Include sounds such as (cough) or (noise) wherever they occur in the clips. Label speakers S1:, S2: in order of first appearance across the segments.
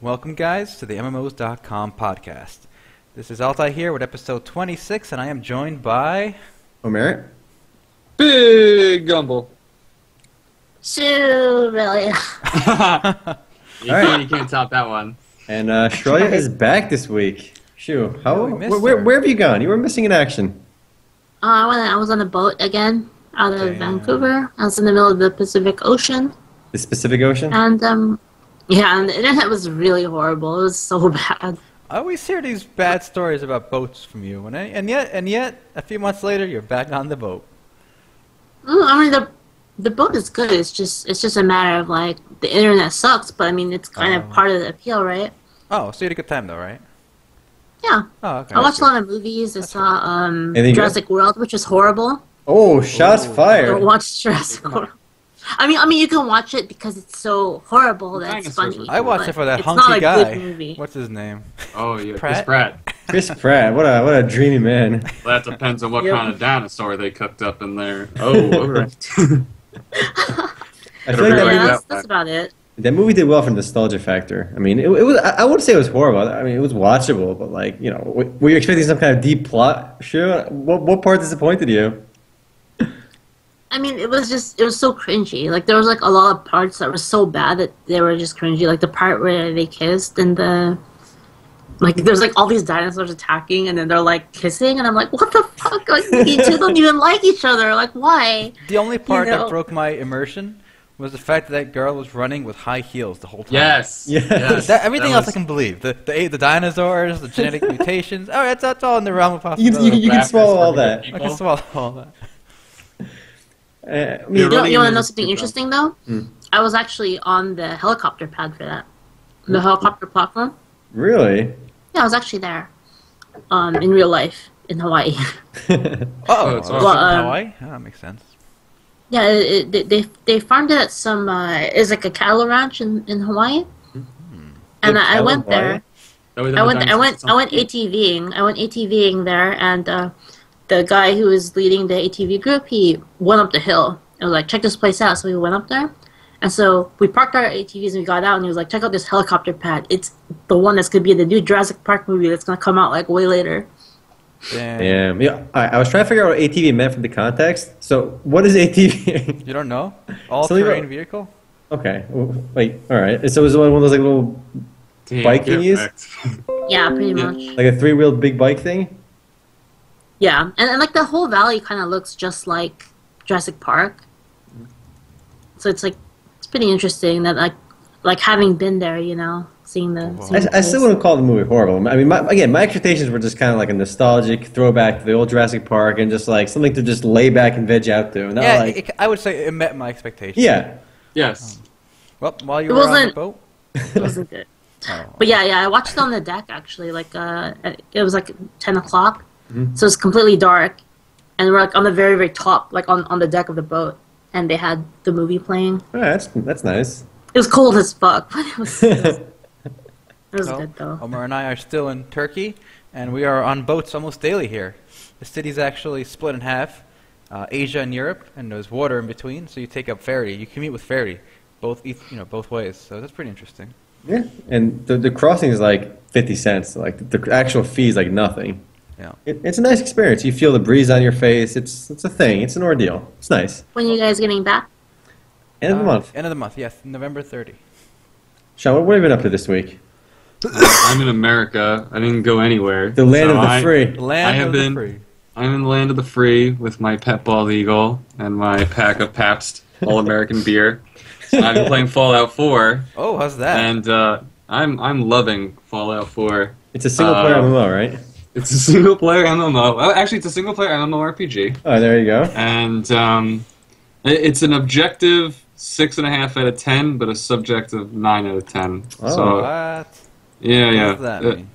S1: Welcome, guys, to the MMOs.com podcast. This is Altai here with episode 26, and I am joined
S2: (laughs)
S1: by.
S3: Omerit?
S2: Big Gumble.
S4: Shoo, really.
S2: you, can't,
S3: right.
S2: you can't top that one.
S3: And uh, Shroya is back this week. Shoo,
S1: Yeah,
S3: how,
S1: we missed
S3: where, where,
S1: her.
S3: where have you gone? You were missing in action.
S4: Oh, I, went, I was on a boat again out of
S1: Damn.
S4: Vancouver. I was in the middle of the Pacific Ocean.
S3: The Pacific Ocean?
S4: And, um, yeah, and the internet was really horrible. It was so (laughs) bad.
S1: I always hear these bad stories about boats from you, and, I, and yet, and yet, a few months later, you're back on the boat.
S4: Mm, I mean, the the boat is good. It's just it's just a matter of like the internet sucks, but I mean it's kind
S1: Oh.
S4: of part of the appeal, right?
S1: Oh, so you had a good time, though, right?
S4: Yeah.
S1: Oh, okay.
S4: I watched a lot of movies. I saw um,
S3: Anything good?
S4: Jurassic World, which was horrible.
S3: Oh, shots
S1: Ooh.
S3: fired.
S4: Don't watch Jurassic World. I mean, I mean, you can watch it because it's so horrible that it's
S2: Dinosaurs
S4: funny.
S2: were
S1: I watched
S4: but
S1: it for that
S4: it's
S1: hunky
S4: not a
S1: guy.
S4: Good movie.
S1: What's his name?
S2: Oh, yeah,
S1: Pratt?
S2: Chris Pratt.
S3: Chris Pratt, what a what a
S1: (laughs)
S3: dreamy man.
S2: Well, that depends on what
S4: Yep.
S2: kind of dinosaur they cooked up in there. Oh, all right.
S3: I feel like
S4: Yeah,
S3: that
S2: Really?
S3: movie,
S4: that's,
S2: that-
S4: that's about it.
S3: that movie did well for nostalgia factor. I mean, it, it was I, I wouldn't say it was horrible. I mean, it was watchable, but like you know, w- were you expecting some kind of deep plot? Sure. What what part disappointed you?
S4: I mean, it was just it was so cringy. Like there was like a lot of parts that were so bad that they were just cringy. Like the part where they kissed and the like there's like all these dinosaurs attacking and then they're like kissing and I'm like, what the fuck? Like, you two don't even like each other. Like why?
S1: The only part that
S4: know.
S1: broke my immersion was the fact that that girl was running with high heels the whole time.
S2: (laughs) yes.
S3: Yeah.
S2: yes.
S1: That, everything
S2: That
S1: else I
S2: was-
S1: can believe. The, the the dinosaurs, the
S4: (laughs)
S1: genetic mutations. Oh, that's, that's all in the realm of
S3: You can,
S1: possibility.
S3: you, can- you can
S2: Raptors
S3: swallow all
S2: were good
S3: that.
S2: people.
S1: I can
S4: (laughs)
S1: swallow
S4: Oh.
S1: all that.
S3: Uh, I
S2: Yeah,
S3: mean,
S4: You, know,
S2: really
S4: you want to
S2: is
S4: know
S2: a
S4: something
S2: good
S4: interesting though?
S3: Hmm.
S4: I was actually on the helicopter pad for that, the helicopter platform.
S3: really. (laughs)
S4: Yeah, I was actually there, um, in real life in Hawaii. (laughs)
S1: Oh,
S2: it's
S1: it's awesome.
S2: awesome.
S4: Well, um,
S1: Hawaii? Oh, that makes sense.
S4: Yeah, it, it, they they farmed it at some uh, is like a cattle ranch in, in Hawaii, and
S3: Good
S4: I, I
S3: cattle
S4: went there.
S2: That was
S4: I went I
S2: dinosaurs
S4: went I
S2: on
S4: went
S2: feet.
S4: ATVing. I went ATVing there, and uh, the guy who was leading the ATV group, he went up the hill. and was like, check this place out. So we went up there, and so we parked our ATVs and we got out, and he was like, check out this helicopter pad. It's the one that's gonna be in the new Jurassic Park movie that's gonna come out like way later.
S1: Damn.
S3: Damn. Yeah, I, I was trying to figure out what ATV meant from the context. So, what is (laughs) ATV?
S1: You don't know? All
S3: So you
S1: terrain
S3: don't-
S1: vehicle?
S3: okay. w- Wait. All right. So it was one of those like little,
S2: Damn,
S3: biking
S2: get
S3: use?
S2: wrecked.
S4: Yeah, pretty
S2: Yeah.
S4: much.
S3: like a three-wheeled big bike thing.
S4: Yeah, and, and like the whole valley kind of looks just like Jurassic Park. So it's like it's pretty interesting that like like having been there, you know, seeing the.
S1: Wow.
S4: Seeing
S3: I,
S4: the
S3: I still
S4: place.
S3: wouldn't call the movie horrible. I mean, my, again, my expectations were just kind of like a nostalgic throwback to the old Jurassic Park and just like something to just lay back and veg out to. Not
S1: yeah,
S3: like,
S1: it, I would say it met my expectations.
S3: yeah.
S2: Yes.
S1: Well, while you
S4: It
S1: were on the
S4: wasn't-
S1: boat?
S4: It wasn't good.
S1: Oh.
S4: But yeah, yeah, I watched it on the deck actually. Like uh, it was like ten o'clock, so it's completely dark, and we're like on the very very top, like on on the deck of the boat, and they had the movie playing.
S3: All right, that's
S1: (laughs)
S3: that's nice.
S4: It was cold as fuck, (laughs) but it was it was, it was
S1: Well,
S4: good though.
S1: Omar and I are still in Turkey, and we are on boats almost daily here. The city's actually split in half, uh, Asia and Europe, and there's water in between. So you take up ferry, you commute with ferry, both eith- you know both ways. So that's pretty interesting.
S3: yeah. And the the crossing is like fifty cents. Like the actual fee is like nothing.
S1: Yeah.
S3: It, it's a nice experience. You feel the breeze on your face. It's it's a thing. It's an ordeal. It's nice.
S4: When are you guys getting back?
S3: End of the
S1: Uh,
S3: month.
S1: End of the month. Yes, November 30.
S3: Sean, what, what have you been up to this week?
S2: I'm in America. I didn't go anywhere.
S3: The land
S2: So
S3: of the
S2: I-
S3: free.
S1: Land
S2: I have
S1: of the
S2: been-
S1: free.
S2: I'm in the land of the free with my pet bald eagle and my pack of Pabst All American beer. So I've been playing Fallout 4,
S1: Oh, how's that?
S2: and uh, I'm I'm loving Fallout 4.
S3: (laughs) It's a single player
S2: Uh,
S3: MMO, right?
S2: It's a (laughs) single player MMO. Oh, actually, it's a single player MMORPG,
S3: Oh, there you go.
S2: and um, it- it's an objective six and a half out of ten, but a subjective nine out of ten.
S3: Oh,
S2: so
S1: what?
S2: yeah, yeah.
S1: What does that
S2: Uh,
S1: mean?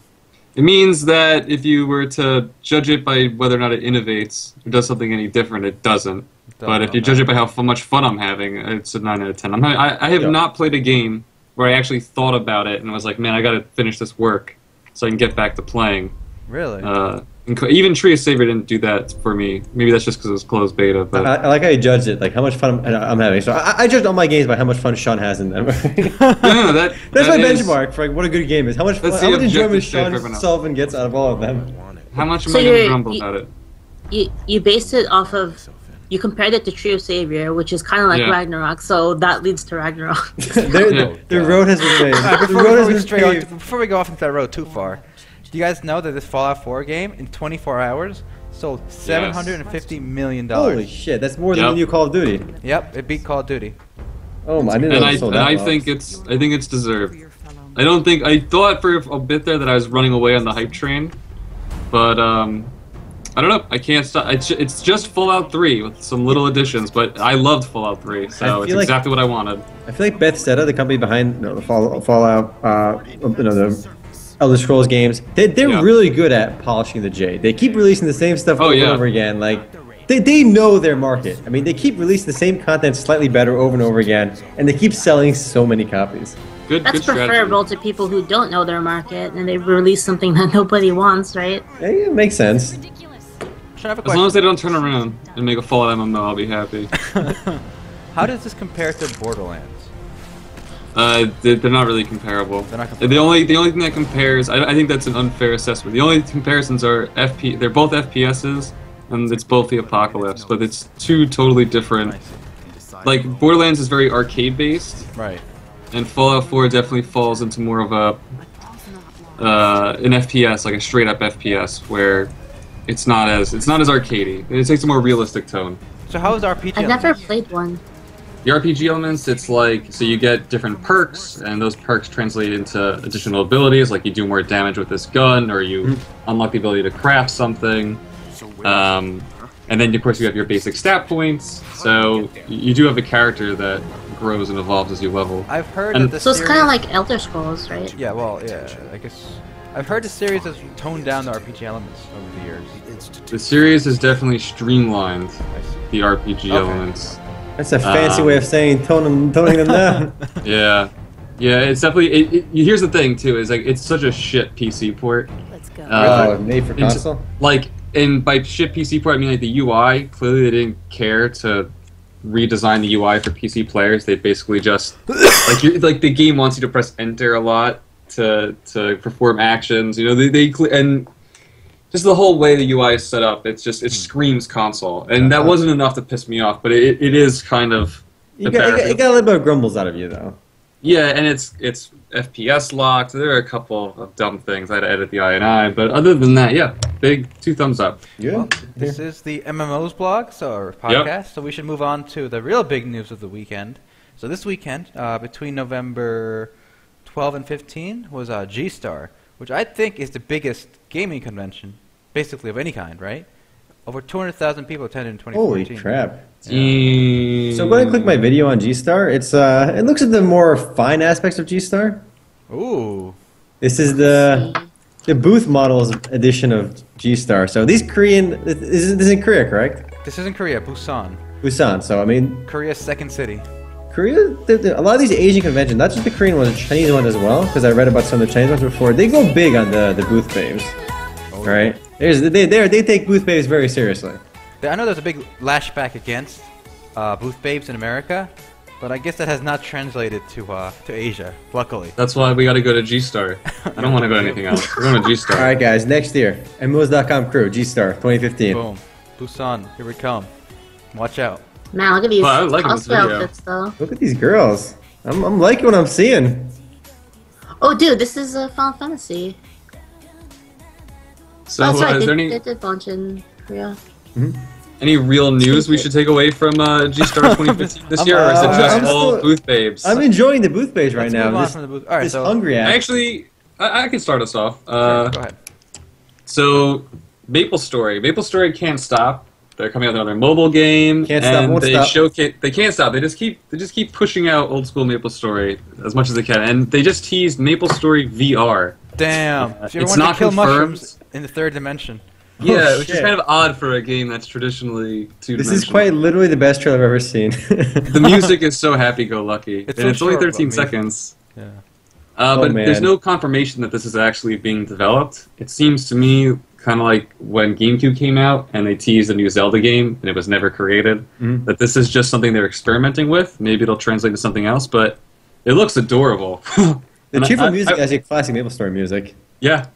S2: It means that if you were to judge it by whether or not it innovates or does something any different, it doesn't. but if you judge it by how fu- much fun I'm having, it's a nine out of ten. I'm having, I, I have
S3: Yeah.
S2: not played a game where I actually thought about it and was like, man, I got to finish this work so I can get back to playing.
S1: Really?
S2: Uh, Inc- Even Tree of Savior didn't do that for me. Maybe that's just because it was closed beta.
S3: I,
S2: But
S3: I like how you judged it, like how much fun I'm, I'm having. So I, I judged all my games by how much fun Sean has in them. (laughs)
S2: no, no, that,
S3: That's my
S2: that is-
S3: benchmark for like what a good game is. How much fun,
S2: That's
S3: how
S2: the
S3: much enjoyment
S2: objective standard
S3: Sean
S2: for now.
S3: Sullivan gets out of all of them.
S5: want it.
S2: How much am
S4: So
S2: I going to
S4: you're-
S2: grumble
S4: you-
S2: about it?
S4: You you based it off of
S5: So thin.
S4: you compared it to Tree of Savior, which is kind of like
S2: Yeah.
S4: Ragnarok, so that leads to Ragnarok.
S3: (laughs) Their-
S2: Yeah.
S3: the, the road has been
S2: (laughs)
S1: All right,
S3: made. the
S1: before, before
S3: road has
S1: we
S3: been
S1: stray on,
S3: paved.
S1: before we go off into that road too far, do you guys know that this Fallout 4 game in 24 hours sold 750 million
S3: Holy
S1: dollars?
S3: shit, that's more than
S2: Yep.
S3: the new Call of Duty.
S1: Yep, it beat Call of Duty.
S3: Oh my, I didn't
S2: And
S3: know
S2: I
S3: it sold
S2: and
S3: that
S2: I
S3: well.
S2: think it's I think it's deserved. I don't think I thought for a bit there that I was running away on the hype train, but um, I don't know. I can't stop. It's, ju- it's just Fallout 3 with some little additions, but I loved Fallout 3,
S3: I
S2: so it's
S3: feel like-
S2: exactly what I wanted.
S3: I feel like Bethesda, the company behind no, the Fall, Fallout, uh, you know, the Elder Scrolls games, they, they're
S2: Yeah.
S3: really good at polishing the J. They keep releasing the same stuff
S2: Oh,
S3: over and
S2: yeah.
S3: over again. Like they, they know their market. I mean, they keep releasing the same content slightly better over and over again, and they keep selling so many copies.
S2: Good,
S4: (laughs) That's
S2: good strategy.
S4: preferable to people who don't know their market and they release something (laughs) that nobody wants, right?
S3: Eh, it makes sense.
S1: Sean, I have a
S2: As long
S1: question.
S2: as they don't turn around and make a Fallout MMO, I'll be happy.
S1: How does this compare to Borderlands?
S2: Uh, they- they're not really comparable.
S1: They're not
S2: The only the only thing that compares, I, I think that's an unfair assessment. The only comparisons are FP. They're both FPSs, and it's both the apocalypse, but it's two totally different. Like Borderlands is very arcade based,
S1: Right.
S2: and Fallout 4 definitely falls into more of a uh, an FPS, like a straight up FPS, where it's not as it's not as arcadey. It takes a more realistic tone.
S1: So how is RPG?
S4: I've never played one.
S2: The RPG elements, it's like so you get different perks, and those perks translate into additional abilities. Like you do more damage with this gun, or you unlock the ability to craft something. Um, and then, of course, you have your basic stat points. So you do have a character that grows and evolves as you level.
S1: I've heard
S2: And-
S1: that the
S4: So it's kind
S1: series-
S4: of like Elder Scrolls, right?
S1: Yeah, well, yeah. I guess I've heard the series has toned down the RPG elements over the years.
S2: The series has definitely
S1: I
S2: streamlined
S1: see.
S2: the RPG
S1: Okay.
S2: elements.
S3: That's a fancy
S2: Um, Uh,
S3: way of saying toning, toning them
S2: (laughs)
S3: down.
S2: Yeah, yeah. It's definitely. It, it, here's the thing too: is like it's such a shit PC port.
S6: Let's go.
S2: Uh,
S3: oh, made for
S2: into-
S3: console.
S2: like and by shit PC port I mean like the UI. Clearly, they didn't care to redesign the UI for PC players. They basically just like you like the game wants you to press enter a lot to to perform actions. You know, they they cle- and just the whole way the UI is set up. It's just it screams console, and that wasn't enough to piss me off. But it, it is kind of
S3: You got, you, got, you got a little bit of grumbles out of you though.
S2: yeah, and it's it's FPS locked. There are a couple of dumb things I had to edit the INI, but other than that, yeah, big two thumbs up.
S1: Well,
S3: Good.
S1: this is the MMOs blog, so our podcast. So we should move on to the real big news of the weekend. So this weekend, uh, between November 12 and 15, was uh, G-Star, which I think is the biggest gaming convention, basically of any kind, right? Over 200,000 people attended in 2014.
S3: Holy crap.
S2: Yeah.
S3: So when I click my video on G Star, it's uh, it looks at the more fine aspects of G Star.
S1: Ooh.
S3: This is the the booth models edition of G Star. So these Korean, this is, this is in Korea, correct?
S1: This is in Korea, Busan,
S3: Busan. So I mean,
S1: Korea's second city.
S3: Korea. The, the, a lot of these Asian conventions, not just the Korean ones, the Chinese ones as well, because I read about some of the Chinese ones before. They go big on the the booth babes, right? There's they they they take booth babes very seriously.
S1: I know there's a big lashback against uh, booth babes in America, but I guess that has not translated to uh, to Asia, luckily.
S2: That's why we got to go to G Star. I don't want to go to anything else. We're going to G
S3: All
S2: Star.
S3: right, guys. Next year, MMOs.com crew G Star 2015.
S1: Boom. Busan, here we come. Watch out.
S4: Man, look at these
S2: Well, I like this
S4: cosplay
S2: video.
S4: outfits, though.
S3: Look at these girls. I'm, I'm liking what I'm seeing.
S4: Oh, dude, this is uh, Final Fantasy.
S2: So,
S4: oh, that's
S2: uh,
S4: right.
S2: is
S4: They,
S2: there
S4: they
S2: any,
S4: did launch in Korea.
S2: any real news we should take away from uh, G
S3: (laughs)
S2: Star 2015 this year, or is it
S3: uh,
S2: just
S3: I'm
S2: all
S3: still-
S2: booth babes?
S3: I'm enjoying the booth base right
S1: Let's
S3: now.
S1: move on
S3: This,
S1: from the booth. All right,
S3: this
S1: so-
S3: hungry ass.
S2: Actually, I, I can start us off. Uh,
S1: Go ahead.
S2: so, Maple Story. Maple Story can't stop. They're coming out with another mobile game.
S3: Can't
S2: and
S3: stop, won't
S2: they
S3: stop.
S2: showcase. They can't stop. They just keep. They just keep pushing out old school Maple Story as much as they can, and they just teased Maple Story VR.
S1: Damn.
S2: Uh,
S1: If you ever
S2: it's
S1: wanted to
S2: not
S1: kill
S2: confirmed.
S1: mushrooms in the third dimension.
S2: Yeah,
S3: Oh,
S2: which is
S3: shit.
S2: kind of odd for a game that's traditionally two.
S3: This is quite literally the best trailer I've ever seen. (laughs)
S2: the music is so happy-go-lucky,
S1: It's
S2: and
S1: so
S2: it's only
S1: short, but
S2: 13
S1: amazing.
S2: seconds.
S1: Yeah.
S2: Uh,
S3: Oh,
S2: but
S3: man.
S2: there's no confirmation that this is actually being developed. It seems to me kind of like when GameCube came out and they teased a new Zelda game and it was never created.
S3: Mhm.
S2: That this is just something they're experimenting with. Maybe it'll translate to something else, but it looks adorable. (laughs)
S3: The
S2: And I-
S3: cheerful
S2: I-
S3: music
S2: I-
S3: is a classic MapleStory music.
S2: yeah,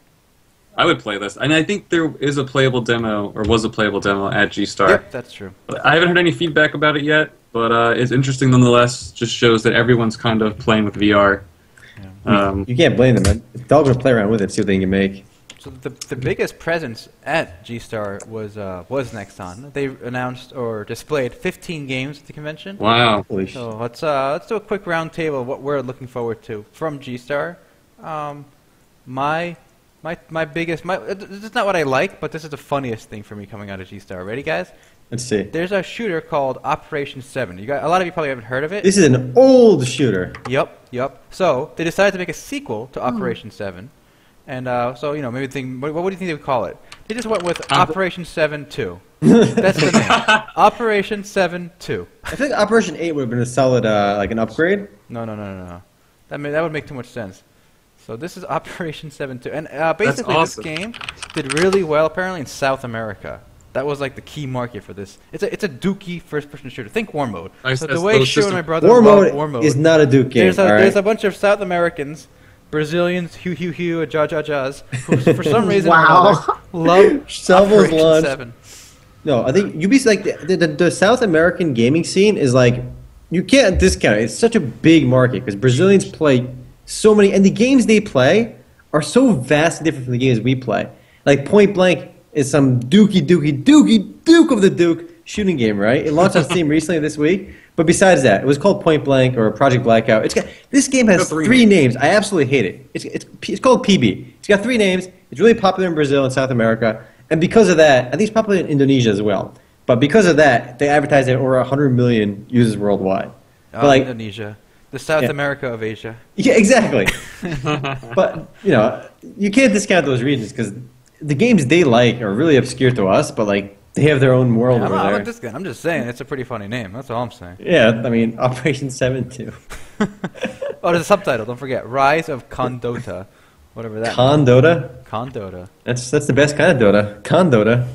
S2: I would play this, and I think there is a playable demo or was a playable demo at G Star.
S1: Yep, that's true.
S2: I haven't heard any feedback about it yet, but uh, it's interesting nonetheless. Just shows that everyone's kind of playing with VR. Um,
S3: You can't blame them. man. Developers will play around with it, see what they can make.
S1: So the, the biggest presence at G Star was uh, was Nexon. They announced or displayed 15 games at the convention.
S2: wow.
S3: Holy sh-
S1: So let's uh, let's do a quick roundtable of what we're looking forward to from G Star. Um, my my my biggest my uh, th- this is not what I like, but this is the funniest thing for me coming out of G Star. Ready, guys?
S3: Let's see.
S1: There's a shooter called Operation Seven. You got a lot of you probably haven't heard of it.
S3: This is an old shooter. (laughs)
S1: Yep, yep. So they decided to make a sequel to Operation Seven, and uh, so you know maybe think what, what would you think they would call it? They just went with
S2: Op-
S1: Operation Seven Two. That's the name. Operation Seven Two.
S3: I think Operation 8 would have been a solid, uh, like an upgrade.
S1: No, no, no, no, no. That may, that would make too much sense. So this is (laughs) Operation Seven Two, and uh, basically
S2: awesome.
S1: this game did really well apparently in South America. That was like the key market for this. It's a it's a dookie first-person shooter. Think war mode.
S2: I-
S1: so the
S2: that's
S1: way
S2: those
S1: Shu and
S2: system-
S1: my brother
S3: War
S1: love
S3: mode,
S1: war mode
S3: is not a Duke game,
S1: there's a,
S3: alright?
S1: there's a bunch of South Americans, Brazilians, Hugh Hugh Hugh, Jaw Jaw Jaws, who for
S3: (laughs)
S1: some reason or
S4: Wow.
S1: another love
S3: Shovels
S1: Operation
S3: launched.
S1: Seven.
S3: No, I think Ubisoft, like, the, the, the South American gaming scene is like, you can't discount it. It's such a big market because Brazilians play so many, and the games they play are so vastly different from the games we play. Like, Point Blank is some dookie, dookie, dookie, Duke of the Duke shooting game, right? It launched on Steam recently this week. But besides that, it was called Point Blank or Project Blackout. It's got, this game has
S2: Got three
S3: three, names. I absolutely hate it. It's, it's, it's called PB. It's got three names. It's really popular in Brazil and South America. And because of that, I think it's popular in Indonesia as well. But because of that, they advertise it over 100 million users worldwide. But
S1: Oh,
S3: like,
S1: Indonesia, the South
S3: Yeah.
S1: America of Asia.
S3: yeah,
S1: (laughs)
S3: exactly. but you know, you can't discount those regions because the games they like are really obscure to us. But like, they have their own world
S1: I'm
S3: over
S1: not, I'm
S3: there.
S1: not this I'm just saying it's a pretty funny name. That's all I'm saying.
S3: yeah, I mean, (laughs) Operation
S1: (laughs)
S3: Seven Two,
S1: oh, there's a subtitle. Don't forget, Rise of Condota, whatever that.
S3: Con Dota.
S1: Condota.
S3: That's that's the best kind of Dota. Con Dota.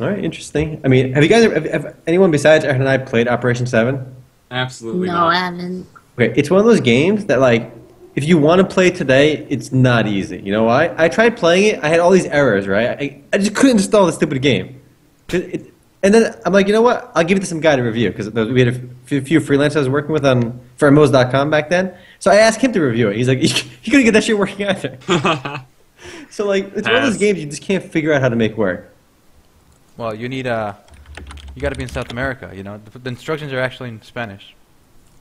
S3: All right, interesting. I mean, have you guys, have, have anyone besides Aaron and I played Operation Seven?
S2: Absolutely.
S4: No,
S2: not.
S4: I haven't.
S3: Okay, it's one of those games that like, if you want to play today, it's not easy. You know why? I tried playing it. I had all these errors, right? I, I just couldn't install the stupid game. It- it- and then I'm like, you know what? I'll give it to some guy to review because we had a f- few freelancers I was working with on Fermos.com back then. So I asked him to review it. He's like, (laughs) he couldn't get that shit working either. (laughs) So like, it's one of those
S2: Pass.
S3: games you just can't figure out how to make work.
S1: Well, you need Uh, you got to be in South America. You know, the, the instructions are actually in Spanish.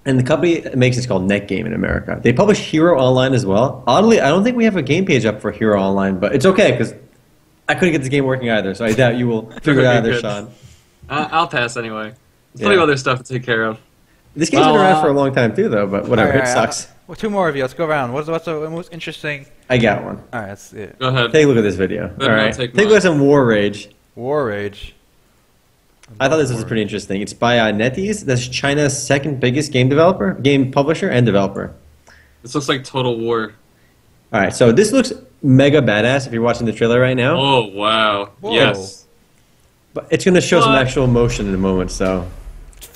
S3: And the company that makes it's called NetGame in America. They publish Hero Online as well. Oddly, I don't think we have a game page up for Hero Online, but it's okay because I couldn't get this game working either. So I doubt you
S2: (laughs)
S3: will figure it out either,
S2: Good.
S3: Sean.
S2: (laughs) I- I'll pass anyway. There's
S3: Yeah.
S2: Plenty of other stuff to take care of.
S3: This game's been
S2: Well,
S3: around
S2: uh,
S3: for a long time too, though. But whatever,
S1: Alright,
S3: it
S1: alright,
S3: sucks.
S1: uh, well, two more of you. Let's go around. What's what's the most interesting?
S3: I got one.
S1: All right, that's it.
S2: Go ahead.
S3: Take a look at this video.
S2: Then
S3: All
S2: I'll
S3: right,
S2: take
S3: take, a look
S2: mine.
S3: at some War Rage.
S1: War Rage.
S3: I thought this was pretty interesting. It's by uh, NetEase. That's China's second biggest game developer, game publisher, and developer.
S2: This looks like Total War.
S3: All right, so this looks mega badass. If you're watching the trailer right now,
S2: Oh wow.
S1: Whoa.
S2: Yes.
S3: but it's going to show some
S2: What?
S3: actual motion in a moment. So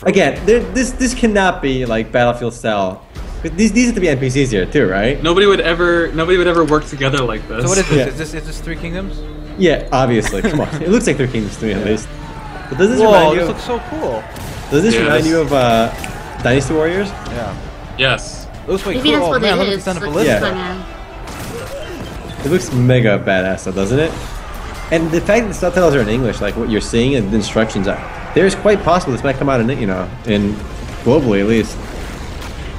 S3: Again, there, this this cannot be like Battlefield style. 'Cause These these have to be NPCs here too, right?
S2: Nobody would ever. Nobody would ever work together like this.
S1: So what is this?
S3: Yeah.
S1: Is this is this Three Kingdoms?
S3: Yeah, obviously. Come on, it looks like Three Kingdoms to me at least. But does this
S1: Whoa,
S3: remind you?
S1: this
S3: Of,
S1: looks so cool.
S3: does this
S2: Yeah,
S3: remind
S2: this-
S3: you of uh, Dynasty Warriors?
S1: Yeah.
S2: Yes.
S1: Looks way
S4: Maybe
S1: cool.
S4: that's
S1: Oh,
S4: what
S1: man,
S4: it
S1: look at
S4: is.
S1: this on a
S4: Like,
S1: ballistic.
S3: Yeah.
S4: kinda-
S3: It looks mega badass, though, doesn't it? And the fact that the subtitles are in English, like what you're seeing and the instructions are, there's quite possible this might come out in you know in globally at least.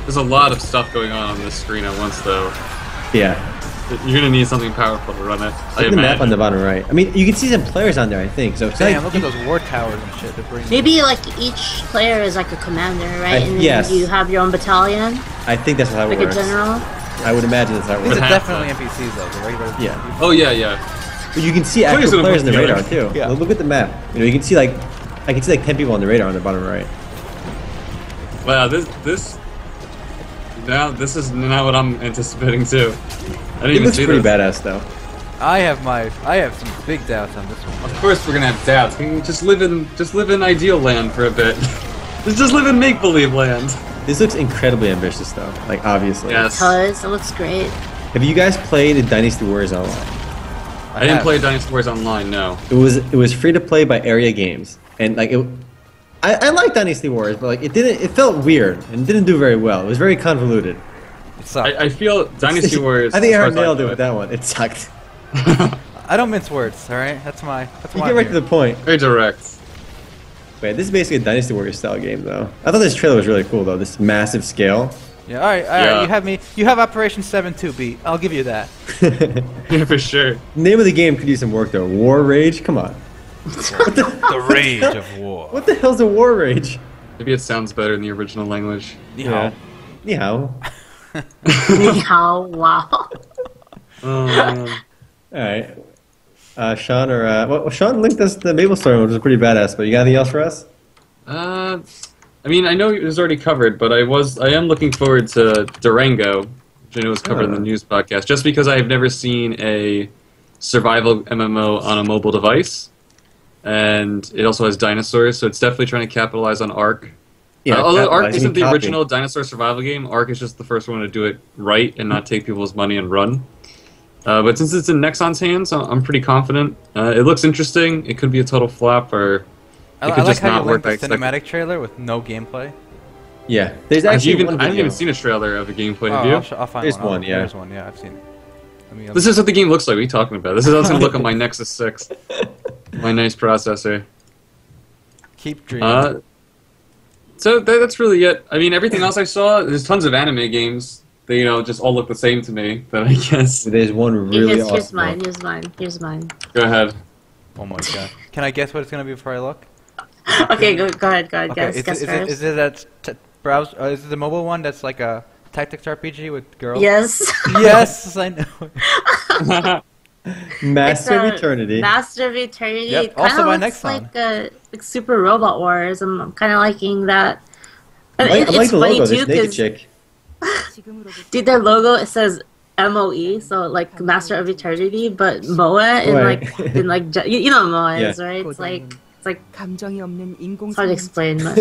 S2: There's a lot of stuff going on on this screen at once, though.
S3: Yeah.
S2: You're gonna need something powerful to run it. I
S3: Look at the map on the
S2: imagine.
S3: bottom right. I mean, you can see some players on there, I think. So it's
S1: Damn,
S3: like-
S1: look at those war towers and shit. They're bringing.
S4: Maybe like each player is like a commander, right? and then
S3: yes.
S4: you have your own battalion,
S3: I think that's how it
S4: like
S3: works.
S4: a general.
S3: I would imagine that's how it
S1: These
S3: works.
S1: are
S2: Would have
S1: definitely
S2: to.
S1: NPCs though. The regular.
S3: Yeah.
S2: Oh yeah, yeah.
S3: But you can see
S2: Players
S3: actual
S2: in the
S3: players in the
S2: book, yeah.
S3: radar too.
S1: Yeah.
S3: Look, look at the map. You know, you can see like, I can see like ten people on the radar on the bottom right.
S2: Wow. This this. Now this is not what I'm anticipating too. I didn't
S3: It
S2: even
S3: looks
S2: see
S3: pretty
S2: this.
S3: badass though.
S1: I have my I have some big doubts on this one.
S2: Of course, we're gonna have doubts. We can just live in just live in ideal land for a bit. (laughs) Let's just live in make believe land.
S3: This looks incredibly ambitious, though. Like, obviously.
S2: Yes.
S4: Cause it looks great. (laughs)
S3: Have you guys played Dynasty Warriors Online?
S2: I didn't
S1: have.
S2: play Dynasty Warriors online. No.
S3: It was it was free to play by Area Games, and like it, I, I like Dynasty Warriors, but like it didn't. It felt weird and didn't do very well. It was very convoluted.
S1: It sucked.
S2: I, I feel Dynasty
S3: (laughs)
S2: Warriors.
S3: I think
S2: as far
S3: Aaron
S2: as I
S3: nailed it
S2: know
S3: with that one. It sucked. (laughs)
S1: I don't mince words, all right? That's my that's
S3: You
S1: why.
S3: get
S1: I'm
S3: right to
S1: here.
S3: the point.
S2: Very direct. (laughs)
S3: Wait, this is basically a Dynasty Warriors style game, though. I thought this trailer was really cool, though. This massive scale. (laughs)
S1: Yeah, all right, all right.
S2: Yeah.
S1: You have me. You have Operation 7 2B. I'll give you that.
S2: Yeah, for sure.
S3: Name of the game could use some work, though. War Rage. Come on.
S1: The rage of war.
S3: What the hell's a War Rage?
S2: Maybe it sounds better in the
S3: (laughs)
S2: original language.
S1: Yeah.
S3: Anyhow.
S4: Anyhow, wow.
S2: Um,
S3: All right. Uh, Sean or uh, well, Sean linked us the Maple story, which is pretty badass. But you got anything else for us?
S2: uh, I mean, I know it was already covered, but I was I am looking forward to Durango, which I know was covered in the
S3: Uh.
S2: news podcast, just because I have never seen a survival MMO on a mobile device, and it also has dinosaurs, so it's definitely trying to capitalize on Ark. Yeah,
S4: Uh,
S2: although Ark
S3: capitalizing
S2: isn't the
S3: copy.
S2: original dinosaur survival game, Ark is just the first one to do it right and not take people's money and run. Uh, but since it's in Nexon's hands, I- I'm pretty confident. Uh, it looks interesting. It could be a total flop, or
S1: I,
S2: It
S1: I
S2: could
S1: like
S2: just
S1: how you
S2: not work
S1: linked the
S2: like second-
S1: cinematic trailer with no gameplay.
S3: Yeah, there's
S2: I've
S3: actually
S2: even,
S3: one
S2: I haven't
S3: video.
S2: even seen a trailer of a gameplay
S1: Oh, I'll,
S2: have
S1: sh-
S2: you?
S1: I'll find
S3: There's
S1: I'll-
S3: one, yeah.
S1: There's one. Yeah, I've seen. It. Let me,
S2: This is what the game looks like. What are you talking about? This is how it's going to
S1: (laughs)
S2: look on my Nexus 6. My nice processor.
S1: keep dreaming.
S2: Uh, so tha- that's really it. I mean, everything else I saw, there's tons of anime games. They, you know, just all look the same to me, but I guess. (laughs)
S3: There's one really
S4: here's, here's
S3: awesome.
S4: mine.
S3: one.
S4: Here's mine. Here's mine. (laughs)
S2: Go ahead. (laughs)
S1: oh my god. Can I guess what it's gonna be before I look?
S4: Okay, go, go ahead. Go ahead. guess.
S1: is,
S4: guess
S1: it, is, it,
S4: first.
S1: is it that t- browser? Uh, is it the mobile one that's like a tactics RPG with girls?
S3: (laughs)
S4: yes.
S1: Yes, (laughs) I know.
S3: Master of
S4: It's uh, a
S3: Eternity.
S4: Master of Eternity.
S1: Yep,
S4: It
S1: also
S4: kinda
S1: by
S4: looks
S1: Nexon.
S4: Like, uh, like Super Robot Wars. I'm, I'm kind of liking that.
S3: I
S4: And
S3: like,
S4: it-
S3: I like
S4: it's
S3: the
S4: funny
S3: logo. This
S4: too,
S3: naked
S4: 'cause-
S3: chick.
S4: Dude, their logo it says MOE, so like Master of Eternity, but MOA in
S3: Right.
S4: like in like
S3: (laughs)
S4: ju- you, you know what MOA is
S3: Yeah.
S4: right? It's like it's like
S5: 감정이 없는
S4: it's hard to
S5: 인공지능
S4: explain, but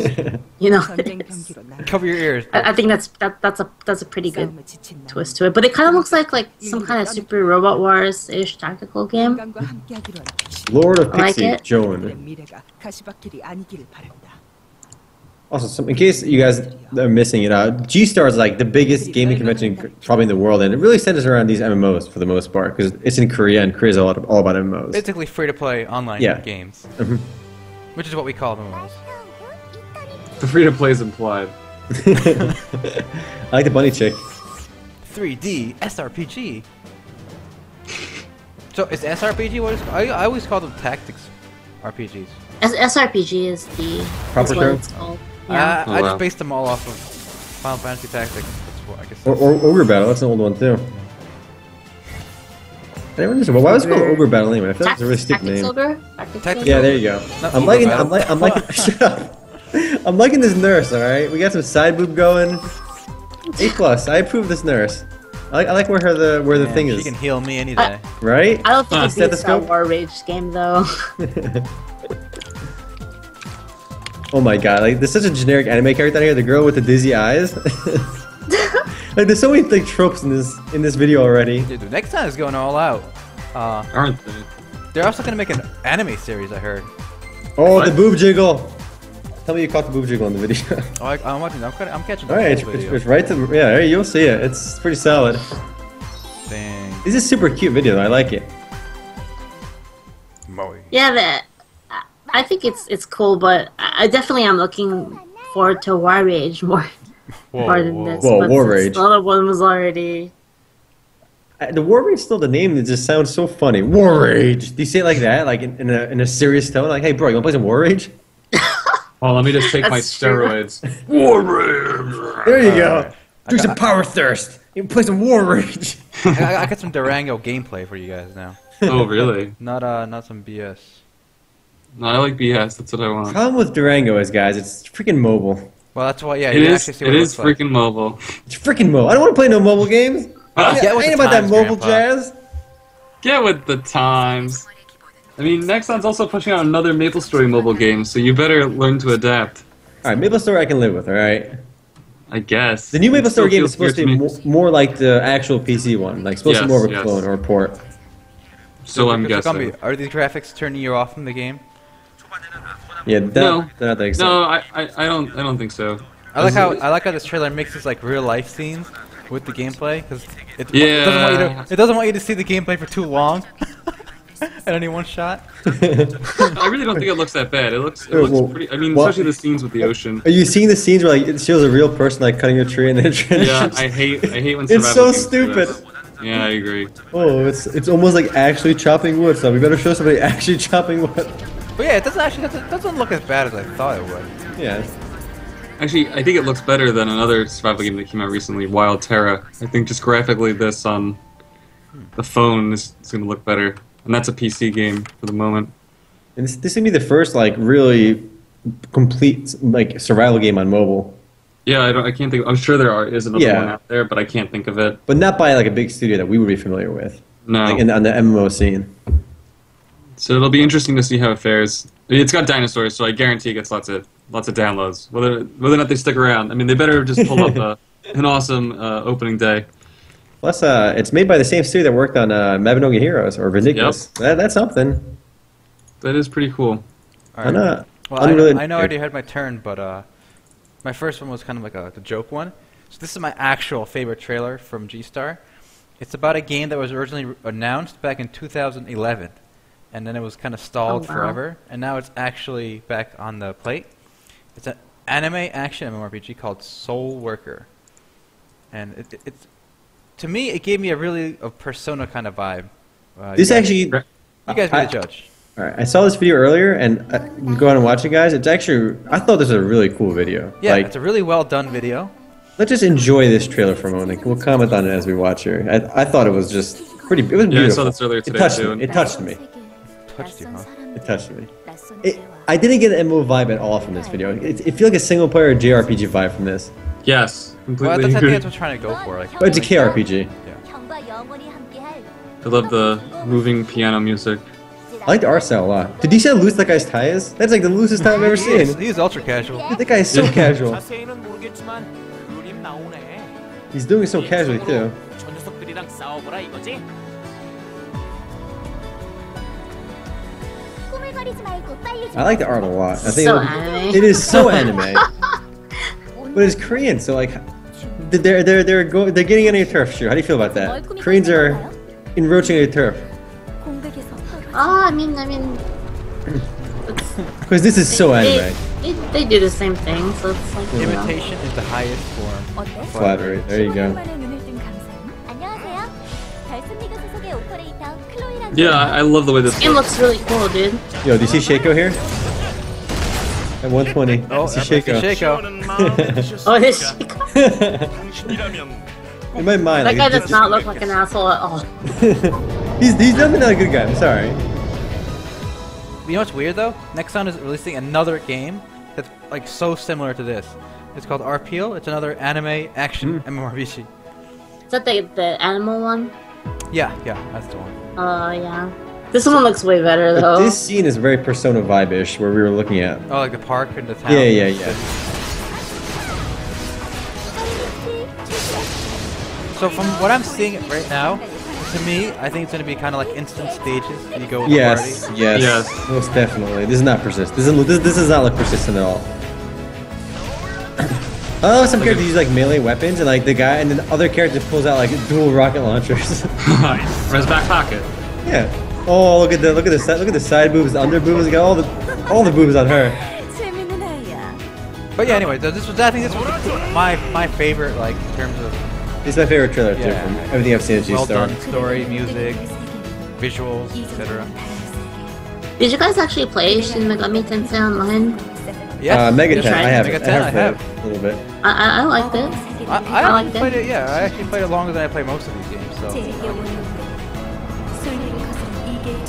S3: (laughs)
S4: you know.
S5: 전쟁
S4: it is. (laughs)
S5: 경기로 나
S1: Cover your ears.
S4: I, I think that's that, that's a that's a pretty good
S5: 싸움에 지친 나
S4: twist to it, but it kind of looks like like some kind of Super Robot Wars ish tactical game.
S5: 인간과 함께하기로 한 백신
S3: Lord of
S4: I like
S3: Pixie,
S4: it.
S5: 우리의
S3: Joan.
S5: 미래가 가시밭길이 아니기를 바란다.
S3: Also, some, in case you guys are missing it out, G Star is like the biggest gaming convention c- probably in the world, and it really centers around these MMOs for the most part because it's in Korea, and Korea's a lot of, all about MMOs.
S1: (laughs) Basically, free to play online
S3: Yeah.
S1: games,
S3: Mhm.
S1: which is what we call MMOs.
S2: The free to play is implied.
S3: (laughs) I like the bunny chick.
S1: 3D SRPG. So is SRPG what it's called? I, I always call them tactics RPGs.
S4: S- SRPG is the
S3: Proper
S4: is what
S3: term?
S4: it's called. Yeah.
S1: Uh, I
S2: Oh,
S1: just
S2: wow.
S1: based them all off of Final Fantasy Tactics. That's what I guess.
S3: Or, or Ogre Battle, that's an old one too. I never understood. Well, why was it called
S4: Ogre-
S3: Ogre Battle anyway? I feel like it's a really
S4: Tactics,
S3: stupid
S4: Tactics
S3: name.
S4: Ogre? Tactics
S1: Tactics
S4: Ogre?
S3: Yeah, there you go.
S1: Not
S3: I'm
S1: Ogre
S3: liking.
S1: Battle.
S3: I'm, li- I'm liking. shut up. I'm liking (laughs) this nurse. All right, we got some side boob going. A plus. I approve this nurse. I like, I like where her the where the
S1: Man,
S3: thing
S1: she
S3: is.
S1: can heal me any
S4: I- (laughs)
S1: day.
S3: Right.
S4: I don't think
S2: Huh.
S4: it beats that
S3: Uh, Stethoscope?
S4: War Rage game though. (laughs)
S3: (laughs) oh my god! Like there's such a generic anime character out here. The girl with the dizzy eyes. (laughs) like there's so many like tropes in this in this video already.
S1: Dude, the next time is going all out. Uh,
S2: Aren't they?
S1: they're also gonna make an anime series. I heard.
S3: Oh, the
S2: What?
S3: boob jiggle. Tell me you caught the boob jiggle in the video. (laughs)
S1: Oh, I, I'm watching. I'm, kinda- I'm catching the
S3: All right,
S1: whole
S3: it's, it's,
S1: video.
S3: it's right to yeah. there, You'll see it. It's pretty solid.
S1: Dang.
S3: This is a super cute video. Though. I like it.
S4: Yeah, that I- I think it's it's cool, but I I definitely am looking forward to War Rage more, (laughs) more than this.
S3: Whoa,
S4: but
S3: War
S4: since
S3: Rage.
S4: The other one was already.
S3: Uh, The war rage still the name that just sounds so funny. War rage. Do you say it like that, like in, in, a, in a serious tone? Like, hey, bro, you wanna play some war rage?
S2: Well, let me just take my
S4: That's true.
S2: steroids.
S1: (laughs)
S2: War
S3: There you go. Do some power thirst. You can play some
S1: (laughs)
S3: war rage.
S1: I, I got some Durango gameplay for you guys now.
S2: Oh, really?
S1: Not uh, not some BS.
S2: No, I like BS. That's what I want.
S3: Problem with Durango is, guys, it's freaking mobile.
S1: Well, that's why. Yeah,
S2: It
S1: you can
S2: is.
S1: actually
S2: It
S1: see what it,
S2: is
S1: looks like.
S2: freaking mobile.
S3: It's freaking mobile. I don't want to play no mobile games. I ain't-
S1: Get
S3: I
S1: with
S3: ain't
S1: the
S3: about that
S1: times,
S3: mobile
S1: Grandpa.
S3: jazz.
S2: Get with the times. I mean, Nexon's also pushing out another MapleStory mobile game, so you better learn to adapt.
S3: All right, MapleStory I can live with. All right,
S2: I guess.
S3: the new
S2: It still
S3: MapleStory game is supposed
S2: feels
S3: to
S2: weird
S3: be
S2: me.
S3: mo- more like the actual PC one, like supposed to be
S2: Yes,
S3: more of a
S2: yes.
S3: clone or a port.
S2: So I'm
S1: Mr. Gumby,
S2: guessing.
S1: Are these graphics turning you off from the game?
S3: Yeah, that,
S2: No.
S3: that I think so.
S2: No, I, I, I don't I don't think so.
S1: I like how I like how this trailer mixes like real life scenes with the gameplay because it, it doesn't want you
S2: Yeah.
S1: to it doesn't want you to see the gameplay for too long (laughs) at any one shot.
S2: I really don't think it looks that bad. It looks it
S3: Uh, well,
S2: looks pretty. I mean,
S3: what-
S2: especially the scenes with the ocean.
S3: (laughs) Are you seeing the scenes where like it shows a real person like cutting a tree and then (laughs) trying
S2: Yeah,
S3: to
S2: I hate I hate when
S3: It's
S2: survival
S3: so
S2: games do that.
S3: stupid.
S2: Yeah, I agree.
S3: (laughs) Oh, it's it's almost like actually chopping wood. So we better show somebody (laughs) actually chopping wood. (laughs)
S1: But yeah, it doesn't actually doesn't, doesn't look as bad as I thought it would.
S3: Yeah.
S2: Actually, I think it looks better than another survival game that came out recently, Wild Terra. I think just graphically, this on the phone is, is going to look better, and that's a PC game for the moment.
S3: And this this gonna be the first like really complete like survival game on mobile,
S2: Yeah, I don't. I can't think. I'm sure there are is another
S3: Yeah.
S2: one out there, but I can't think of it.
S3: but not by like a big studio that we would be familiar with,
S2: No.
S3: like in, on the MMO scene.
S2: So it'll be interesting to see how it fares. I mean, It's got dinosaurs, so I guarantee it gets lots of lots of downloads. Whether whether or not they stick around, I mean, they better have
S3: (laughs)
S2: just pulled up a, an awesome uh, opening day.
S3: Plus, uh, it's made by the same studio that worked on uh, Mabinogi Heroes or Ridiculous. That, that's something.
S2: That is pretty cool.
S1: All
S3: I'm
S1: right.
S3: not.
S1: Well,
S3: I'm
S1: I,
S3: really-
S1: I know I already had my turn, but uh, my first one was kind of like a, the joke one. So this is my actual favorite trailer from G Star. It's about a game that was originally re- announced back in 2011, and then it was kind of stalled
S4: Oh, wow.
S1: forever, and now it's actually back on the plate. It's an anime action MMORPG called Soul Worker, and it, it, it's to me it gave me a really a Persona kind of vibe. Uh,
S3: This
S1: you guys-
S3: actually.
S1: you guys be
S3: I-
S1: the judge.
S3: All right, I saw this video earlier, and uh, go on and watch it, guys. It's actually. I thought this was a really cool video.
S1: Yeah,
S3: Like,
S1: it's a really well done video.
S3: Let's just enjoy this trailer for a moment. We'll comment on it as we watch here. I, I thought it was just pretty. It was beautiful.
S2: Yeah, I saw this earlier
S3: it
S2: today,
S3: touched
S2: too.
S3: me. It touched me.
S1: Touched you, huh?
S3: It touched me. It, I didn't get an MMO vibe at all from this video. It, it feels like a single player JRPG vibe from this,
S2: Yes,
S1: Well,
S2: completely
S1: that's I think
S2: agree.
S1: that's what we're trying to go for. Like,
S3: but it's a KRPG.
S2: I love the moving piano music.
S3: I like the art style a lot. Did you see how loose that guy's tie is? That's like the loosest tie I've ever
S1: He is,
S3: seen.
S1: he is ultra casual.
S3: That guy is so
S2: Yeah.
S3: casual.
S6: 자세히는 모르겠지만 룰이 나오네.
S3: He's doing it so casually too.
S6: 저 녀석들이랑 싸워보라 이거지?
S3: I like the art a lot. I think
S4: So
S3: it,
S4: anime.
S3: it is
S4: (laughs)
S3: so anime, but it's Korean, so like they're they're they're go, they're getting on your turf. Sure, how do you feel about that? Koreans are encroaching on your turf.
S4: Oh, I mean, I mean,
S3: (clears throat) Because this is so anime.
S4: They, they, they do the same thing, so it's like you know.
S1: Imitation is the highest form.
S3: Flattery. There you go.
S2: Yeah, I I love the way this.
S4: It looks really cool, dude.
S3: Yo, do you see Shaco here? At 120.
S1: Oh,
S3: see
S1: that's a
S3: Shaco.
S1: Shaco.
S4: Oh, this shit.
S3: (laughs) In my mind,
S4: that
S3: like,
S4: guy
S3: it's
S4: does not
S1: (laughs)
S4: look like an asshole at all.
S3: he's, he's definitely not a good guy. I'm sorry.
S1: You know what's weird though? Nexon is releasing another game that's like so similar to this. It's called RPL. It's another anime
S3: Hmm.
S1: action MMORPG.
S4: Is that the, the animal one?
S1: Yeah, yeah, that's the one.
S4: Oh, yeah. This one looks way better,
S3: But
S4: though.
S3: this scene is very Persona vibe-ish, where we were looking at.
S1: Oh, like the park and the town.
S3: Yeah, yeah, yeah.
S1: So from what I'm seeing right now, to me, I think it's gonna be kind of like instant stages. And you go with the
S3: Yes,
S1: party.
S3: yes,
S2: Yes.
S3: most definitely. This is not persist. This is this, this does not look persistent at all. Oh, some characters use like melee weapons, and like the guy, and then other character pulls out like dual rocket launchers. (laughs)
S2: (laughs) From his back pocket.
S3: Yeah. Oh, look at the look at the side look at the side boobs, the under boobs. Got all the all the boobs on her.
S1: But yeah, anyway, th- this was I think this was my my favorite like in terms of
S3: This is my favorite trailer too.
S1: Yeah.
S3: From everything I've seen at G
S1: well
S3: Star.
S1: done story, music, visuals, etc.
S4: Did you guys actually play Shin Megami Tensei Online?
S1: Yes.
S3: Uh, Mega
S1: yes,
S3: Ten. I
S1: right.
S3: have.
S1: Mega
S3: it. I
S1: 10,
S3: have,
S1: I have.
S3: played it a little bit.
S4: I, I, I liked
S1: I, I,
S4: it. I
S1: actually
S4: liked it.
S1: played it. Yeah, I actually played it longer than I play most of these games. So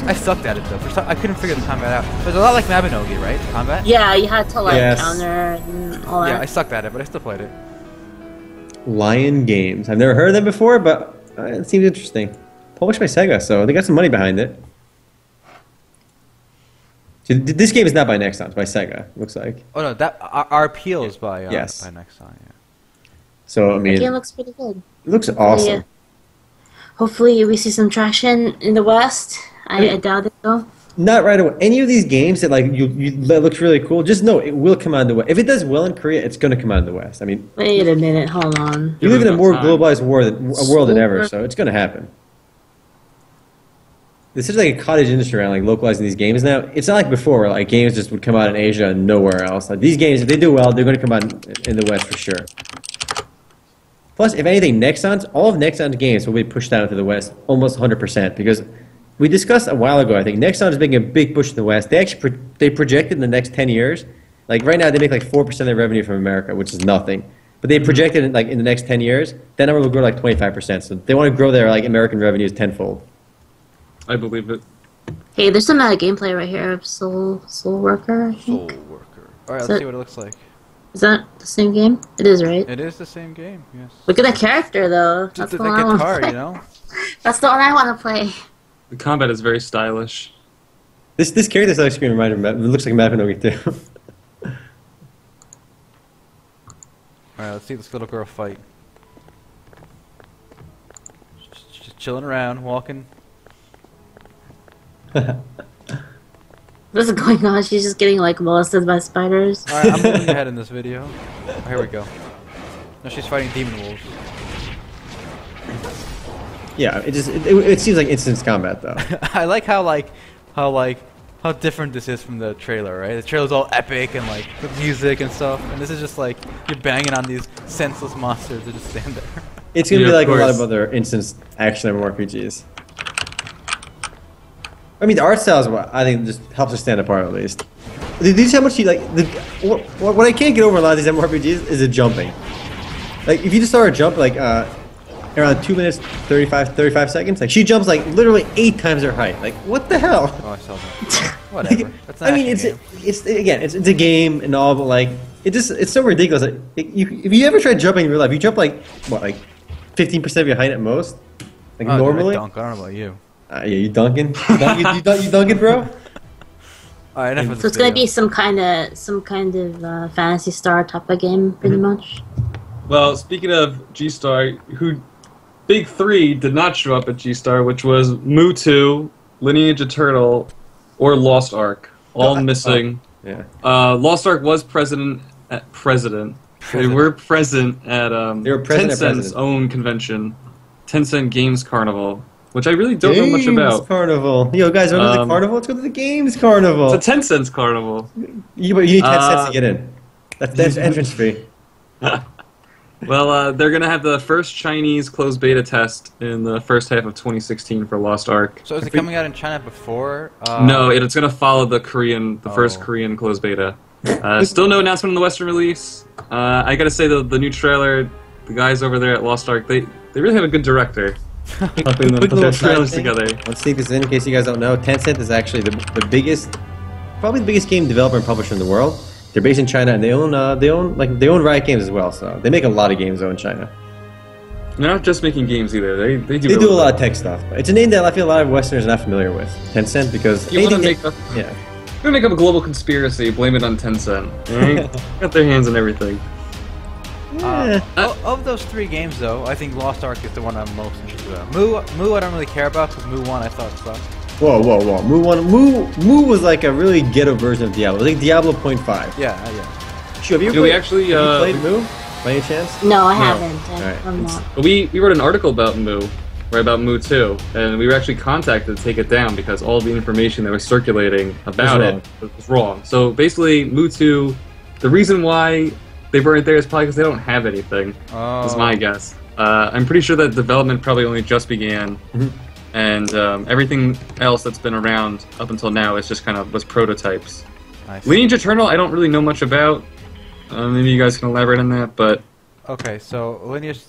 S1: I sucked at it though. For some, I couldn't figure the combat out. But it's a lot like Mabinogi, right? The combat.
S4: Yeah, you had to, like,
S3: Yes.
S4: counter and all
S1: Yeah, I
S4: that.
S1: sucked at it, but I still played it.
S3: Lion Games. I've never heard of them before, but uh, it seems interesting. published by Sega, so they got some money behind it. So th- this game is not by Nexon, it's by Sega. Looks like.
S1: Oh no, that our, our appeal is by uh,
S3: Yes.
S1: by next time. Yeah.
S3: So I
S4: The
S3: mean,
S4: game looks pretty good.
S3: it looks awesome.
S4: Yeah. Hopefully, we see some traction in the West. I, I doubt it though.
S3: Not right away. Any of these games that like you, you that looks really cool, just know it will come out in the West. If it does well in Korea, it's going to come out in the West. I mean,
S4: Wait a minute, hold on.
S3: we
S2: Give
S3: live
S2: it
S3: in a
S2: enough
S3: more
S2: time.
S3: globalized war than, a world than ever,
S4: Super.
S3: so it's going to happen. This is like a cottage industry around like localizing these games now. It's not like before where like games just would come out in Asia and nowhere else. Like these games, if they do well, they're going to come out in- in the West for sure. Plus, if anything, Nexon's all of Nexon's games will be pushed out to the West almost 100% because we discussed a while ago. I think Nexon is making a big push in the West. They actually pro- they projected in the next 10 years, like right now they make like 4% of their revenue from America, which is nothing. But they projected in, like in the next 10 years, that number will grow to, like 25%. So they want to grow their like American revenues tenfold.
S2: I believe it.
S4: Hey, there's some uh, gameplay right here of Soul Soul Worker. I
S1: Soul
S4: think
S1: Worker. All right,
S4: So-
S1: let's see what it looks like.
S4: is that the same game? It is, right?
S1: It is the same game. Yes.
S4: Look at that character though.
S1: Just
S4: That's the
S1: that
S4: one I want to
S1: guitar,
S4: play. (laughs)
S1: you know.
S4: That's the one I want to play. (laughs)
S2: The combat is very stylish.
S3: This this character select screen reminded me, it looks like Mapinogi too.
S1: All right, let's see this little girl fight. She's Just chilling around, walking.
S4: What's going on? She's just getting like molested by spiders.
S1: All right, I'm
S3: (laughs)
S1: moving ahead in this video. Oh, here we go. No, she's fighting demon wolves.
S3: yeah, it just it, it, it seems like instant combat though. (laughs)
S1: (laughs) I like how like how like how different this is from the trailer, right? The trailer's all epic and like with music and stuff, and this is just like you're banging on these senseless monsters that just stand there.
S3: It's gonna
S2: Yeah,
S3: be
S2: of
S3: like a lot
S2: course.
S3: of other instance action RPGs. I mean, the art style is what I think just helps us stand apart at least. Did you see how much you like? The, what, what what I can't get over a lot of these MMORPGs is the jumping. Like, if you just saw her jump, like, uh, around 2 minutes, 35, 35 seconds, like, she jumps, like, literally eight times her height. Like, what the hell?
S1: (laughs) Oh, I saw (laughs) that.
S3: (laughs)
S1: Whatever. That's not
S3: I mean, it's it's again, it's, it's a game and all, but like it just it's so ridiculous. Like, it- you, if you ever try jumping in real life, you jump like what like fifteen percent of your height at most. Like
S2: Oh,
S3: normally,
S1: Oh, I, dunk. I don't know about you.
S3: Uh, yeah, you dunking, you dunking, you, dunk, you dunking,
S2: (laughs)
S3: bro.
S1: All right, enough of
S4: So
S1: this
S4: it's gonna
S1: video.
S4: be some kind of some kind of uh, fantasy star type of game, pretty
S1: Mm-hmm.
S4: much.
S2: Well, speaking of G Star, who Big Three did not show up at G Star, which was Mewtwo, Lineage of Turtle, or Lost Ark, all
S3: Oh, I-
S2: missing.
S3: Yeah,
S2: Uh, Lost Ark was president at president. They were present at um,
S3: They were present at
S2: Tencent's
S3: president.
S2: own convention, Tencent Games Carnival, which I really don't know much about.
S3: carnival. Yo, guys, want to the
S2: Um,
S3: carnival? Let's go to the games carnival.
S2: It's a Tencent's carnival.
S3: you, but you need ten cents
S2: Uh,
S3: to get in. That's that's entrance fee.
S2: Well, uh, they're gonna have the first Chinese closed beta test in the first half of 2016 for Lost Ark.
S1: So is it coming out in China before? Uh,
S2: No, it, it's going to follow the Korean, the first
S1: Oh.
S2: Korean closed beta. Uh, still no announcement on the Western release. Uh, I got to say the the new trailer, the guys over there at Lost Ark, they they really have a good director. Putting them-
S3: Quick
S2: put their
S3: little side
S2: trailers
S3: thing.
S2: together.
S3: Let's see this in, in case you guys don't know. Tencent is actually the, the biggest, probably the biggest game developer and publisher in the world. They're based in China and they own uh, they own like they own Riot Games as well. So they make a lot of games though in China.
S2: They're not just making games either. They they do.
S3: They do a
S2: really
S3: lot
S2: well.
S3: of tech stuff. It's a name that I feel a lot of Westerners are not familiar with. Tencent because
S2: You want to
S3: anything
S2: make
S3: they-
S2: up, you
S3: yeah.
S2: wanna make up a global conspiracy, blame it on Tencent.
S3: (laughs)
S2: Right? got their hands in everything.
S1: Uh,
S2: Ah.
S3: Yeah.
S1: o- of those three games, though, I think Lost Ark is the one I'm most interested in. Moo, Moo, I don't really care about because Moo One I thought sucked.
S3: Whoa, whoa, whoa! Moo one, Moo, Moo was like a really ghetto version of Diablo, like Diablo 0.5.
S1: Yeah, uh, yeah.
S3: Shu, have you
S2: Do
S3: played,
S2: we actually,
S3: have you
S2: uh,
S3: played Moo by any chance?
S4: No, I haven't. I,
S3: Alright.
S4: I'm not.
S2: But we, we wrote an article about Moo, right about Moo 2, and we were actually contacted to take it down because all the information that was circulating about
S3: Was
S2: it was wrong. So basically, Moo 2, the reason why they weren't there is probably because they don't have anything,
S1: Oh.
S2: is my guess. Uh, I'm pretty sure that development probably only just began, and um, everything else that's been around up until now is just kind of was prototypes.
S1: I see.
S2: Lineage Eternal, I don't really know much about. Uh, maybe you guys can elaborate on that, but
S1: Okay, so Lineage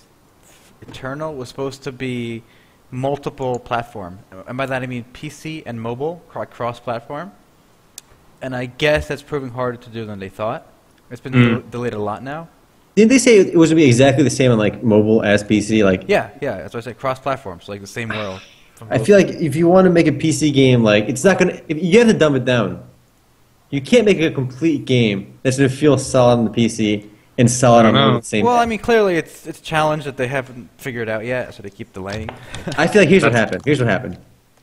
S1: Eternal was supposed to be multiple platform, and by that I mean PC and mobile, cro- cross-platform. And I guess that's proving harder to do than they thought. It's been
S3: Hmm.
S2: Mm.
S1: del- delayed a lot now.
S3: Didn't they say it was gonna be exactly the same on like mobile as PC? Like
S1: Yeah, yeah, that's what I say, cross-platform, so like the same world. from
S3: I
S1: both.
S3: feel like if you want to make a PC game, like it's not gonna. If you gotta dumb it down. You can't make a complete game that's gonna feel solid on the PC and solid on
S2: I don't
S3: the
S2: know.
S3: at the same.
S1: well, I
S3: time.
S1: mean, clearly it's it's a challenge that they haven't figured out yet, so they keep
S3: (laughs)
S1: delaying.
S3: I feel like here's what
S2: That's-
S3: happened. Here's what happened.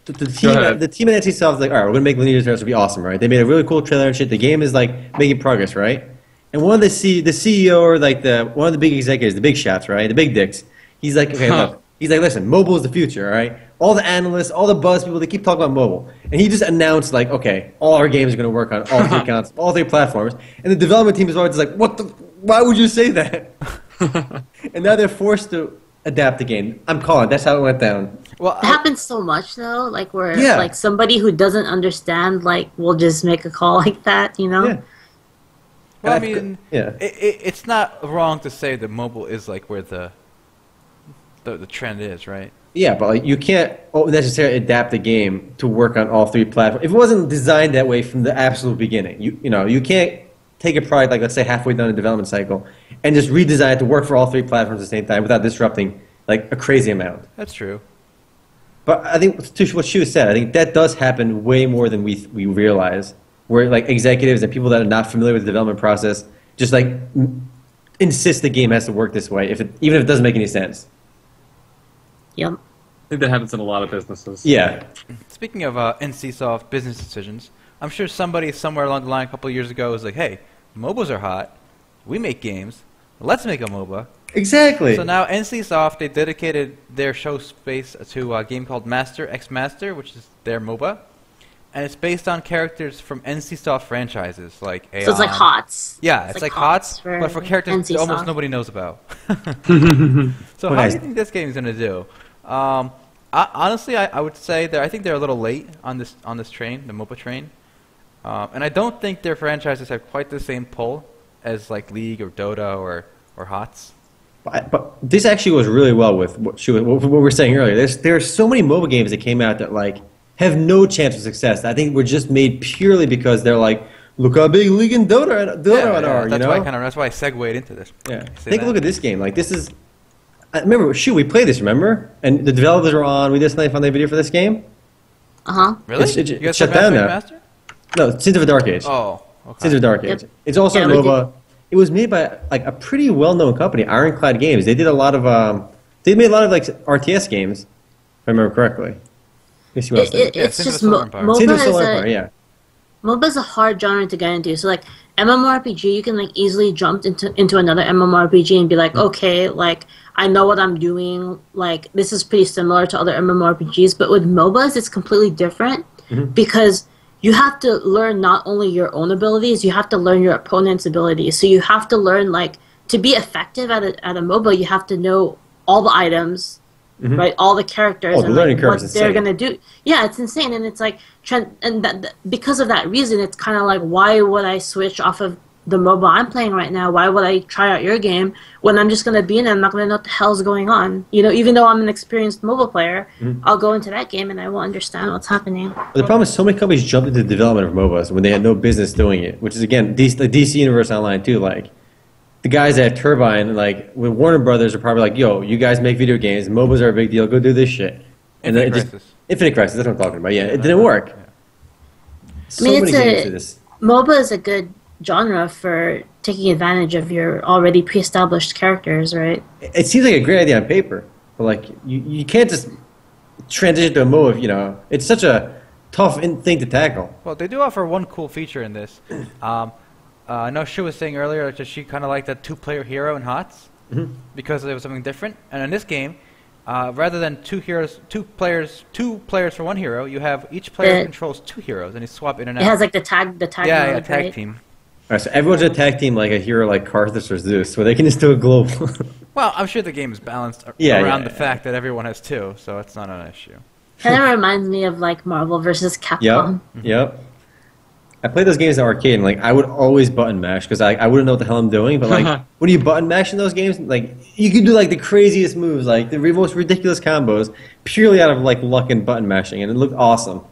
S3: The, the team,
S2: ahead.
S3: the team at NC Soft is like, all right, we're gonna make Lineage Returns to be awesome, right? They made a really cool trailer and shit. The game is like making progress, right? And one of the C, the CEO or like the one of the big executives, the big shots, right? The big dicks. He's like, okay,
S2: Huh.
S3: look. He's like, listen, mobile is the future, all right? All the analysts, all the buzz people, they keep talking about mobile, and he just announced like, okay, all our games are gonna work on
S1: (laughs)
S3: all three consoles, all three platforms, and the development team is always like, what the? Why would you
S1: (laughs)
S3: say that? and now they're forced to adapt the game. I'm calling. it. That's how it went down.
S1: Well,
S4: It
S1: I-
S4: happens so much though, like where
S3: Yeah.
S4: like somebody who doesn't understand like will just make a call (laughs) like that, you know?
S3: Yeah.
S1: Well, I
S3: And I've g-
S1: mean,
S3: yeah.
S1: it, it, it's not wrong to say that mobile is like where the the, the trend is, right?
S3: Yeah, but like you can't oh, necessarily adapt the game to work on all three platforms. If it wasn't designed that way from the absolute beginning, you you know you can't take a product like let's say halfway down the development cycle and just redesign it to work for all three platforms at the same time without disrupting like a crazy amount.
S1: That's true.
S3: But I think to what Shu said, I think that does happen way more than we we realize. Where like executives and people that are not familiar with the development process just like m- insist the game has to work this way, if it, even if it doesn't make any sense.
S4: Yep.
S2: I think that happens in a lot of businesses.
S3: Yeah,
S1: Speaking of uh, NCSoft business decisions, I'm sure somebody somewhere along the line a couple years ago was like, "Hey, MOBAs are hot. We make games. Let's make a MOBA."
S3: exactly.
S1: So now NCSoft they dedicated their show space to a game called Master X Master, which is their MOBA, and it's based on characters from NCSoft franchises like. Aeon.
S4: So it's like HOTS.
S1: um, Yeah, it's, like, HOTS, but for characters
S4: NC
S1: that almost
S4: Soft.
S1: nobody knows
S3: (laughs)
S1: about. (laughs) so
S3: Well,
S1: how
S3: guys-
S1: do you think this game's gonna do? Um, I, honestly, I, I would say that I think they're a little late on this on this train, the MOPA train, um, and I don't think their franchises have quite the same pull as like League or Dota or or HOTS.
S3: But, but this actually goes really well with what, she, was- what we were saying earlier. There's, there are so many mobile games that came out that like have no chance of success. I think were just made purely because they're like, look how big League and Dota and Dota are.
S1: that's
S3: you know?
S1: why I kind of that's why I segued into this.
S3: yeah.
S1: Say
S3: Take
S1: that.
S3: a look at this game. Like this is. I remember, shoot, we played this. Remember, and the developers were on. We just like found the video for this game.
S4: Uh-huh.
S1: really.
S3: It's- it-
S1: you
S3: it
S1: guys
S3: shut
S1: have Master
S3: down
S1: X
S3: now.
S1: Master?
S3: No, Sins of a Dark Age.
S1: Oh,
S3: Sins
S1: okay.
S3: of Dark Age.
S4: Yep.
S3: It's also
S4: Yeah,
S3: a
S4: we
S3: MOBA. It was made by like a pretty well-known company, Ironclad Games. They did a lot of um, they made a lot of like RTS games, if I remember correctly. Let me see what else
S4: It,
S3: they
S4: it,
S1: Yeah,
S4: it's
S1: Sins of
S4: just
S1: the Solar
S4: mo-
S1: Empire.
S4: MOBA
S3: Sins of
S4: is
S3: Solar
S4: a-
S3: Empire, yeah.
S4: MOBA is a hard genre to get into. So like MMORPG, you can like easily jump into into another MMORPG and be like,
S1: Mm.
S4: okay, like I know what I'm doing. Like this is pretty similar to other MMORPGs, but with MOBAs, it's completely different
S1: Mm-hmm.
S4: because you have to learn not only your own abilities, you have to learn your opponent's abilities. So you have to learn like to be effective at a at a MOBA, you have to know all the items, right? All the characters
S3: Mm-hmm. Oh, the
S4: and
S3: learning
S4: like,
S3: curve
S4: what
S3: is
S4: they're
S3: insane.
S4: gonna do. Yeah, it's insane, and it's like tran- and that, that- because of that reason, it's kind of like why would I switch off of the mobile I'm playing right now? Why would I try out your game when I'm just gonna be in it? I'm not gonna know what the hell's going on. You know, even though I'm an experienced mobile player,
S3: Mm-hmm.
S4: I'll go into that game and I will understand what's happening.
S3: But the problem is so many companies jumped into the development of MOBAs when they had no business doing it, which is again DC, the DC Universe Online too. Like the guys at Turbine, like with Warner Brothers, are probably like, "Yo, you guys make video games. MOBAs are a big deal. Go do this shit." And
S1: Infinite
S3: it just-
S1: Crisis.
S3: Infinite Crisis. That's what I'm talking about. Yeah, it didn't work. So
S4: I mean,
S3: many
S4: it's a-
S3: games do this.
S4: MOBA is a good genre for taking advantage of your already pre-established characters, right?
S3: it seems like a great idea on paper, but like you, you can't just transition to a move. You know, it's such a tough in- thing to tackle.
S1: Well, they do offer one cool feature in
S3: (clears throat)
S1: this. Um, uh, I know she was saying earlier that she kind of liked that two-player hero in HOTS
S3: Mm-hmm.
S1: because it was something different. And in this game, uh, rather than two heroes, two players, two players for one hero, you have each player
S4: Yeah.
S1: controls two heroes, and you swap in and out.
S4: It has like the tag, the tag,
S1: yeah, yeah,
S4: mode,
S1: tag
S4: right?
S1: team.
S3: All right, so everyone's a tag team like a hero like Karthus or Zeus, where they can just do a global. (laughs)
S1: Well, I'm sure the game is balanced ar-
S3: Yeah, yeah,
S1: around the
S3: yeah.
S1: fact that everyone has two, so it's not an issue.
S3: (laughs)
S4: Kind of reminds me of like Marvel versus Capcom.
S3: yep, yep. Mm-hmm. I played those games in the arcade, and like I would always button mash because I, I wouldn't know what the hell I'm doing. But like when you button mash in those games, like you can do like the craziest moves, like the re- most ridiculous combos, purely out of like luck and button mashing, and it looked awesome.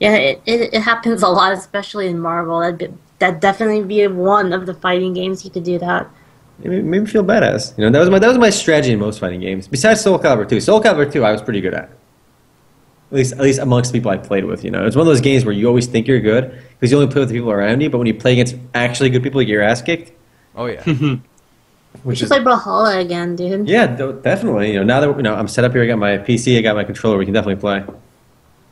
S4: Yeah, it, it, it happens a lot, especially in Marvel. That'd, be, that'd definitely be one of the fighting games you could do that.
S3: It made, made me feel badass. You know, that was my that was my strategy in most fighting games. Besides Soul Calibur 2, Soul Calibur 2, I was pretty good at. At least at least amongst people I played with. You know, it's one of those games where you always think you're good because you only play with the people around you. But when you play against actually good people, you get your ass kicked.
S1: Oh
S3: (laughs)
S1: yeah.
S3: Which
S4: Just
S3: is
S4: play Brawlhalla again, dude.
S3: yeah, th- definitely. You know, now that you know I'm set up here, I got my PC, I got my controller. We can definitely play.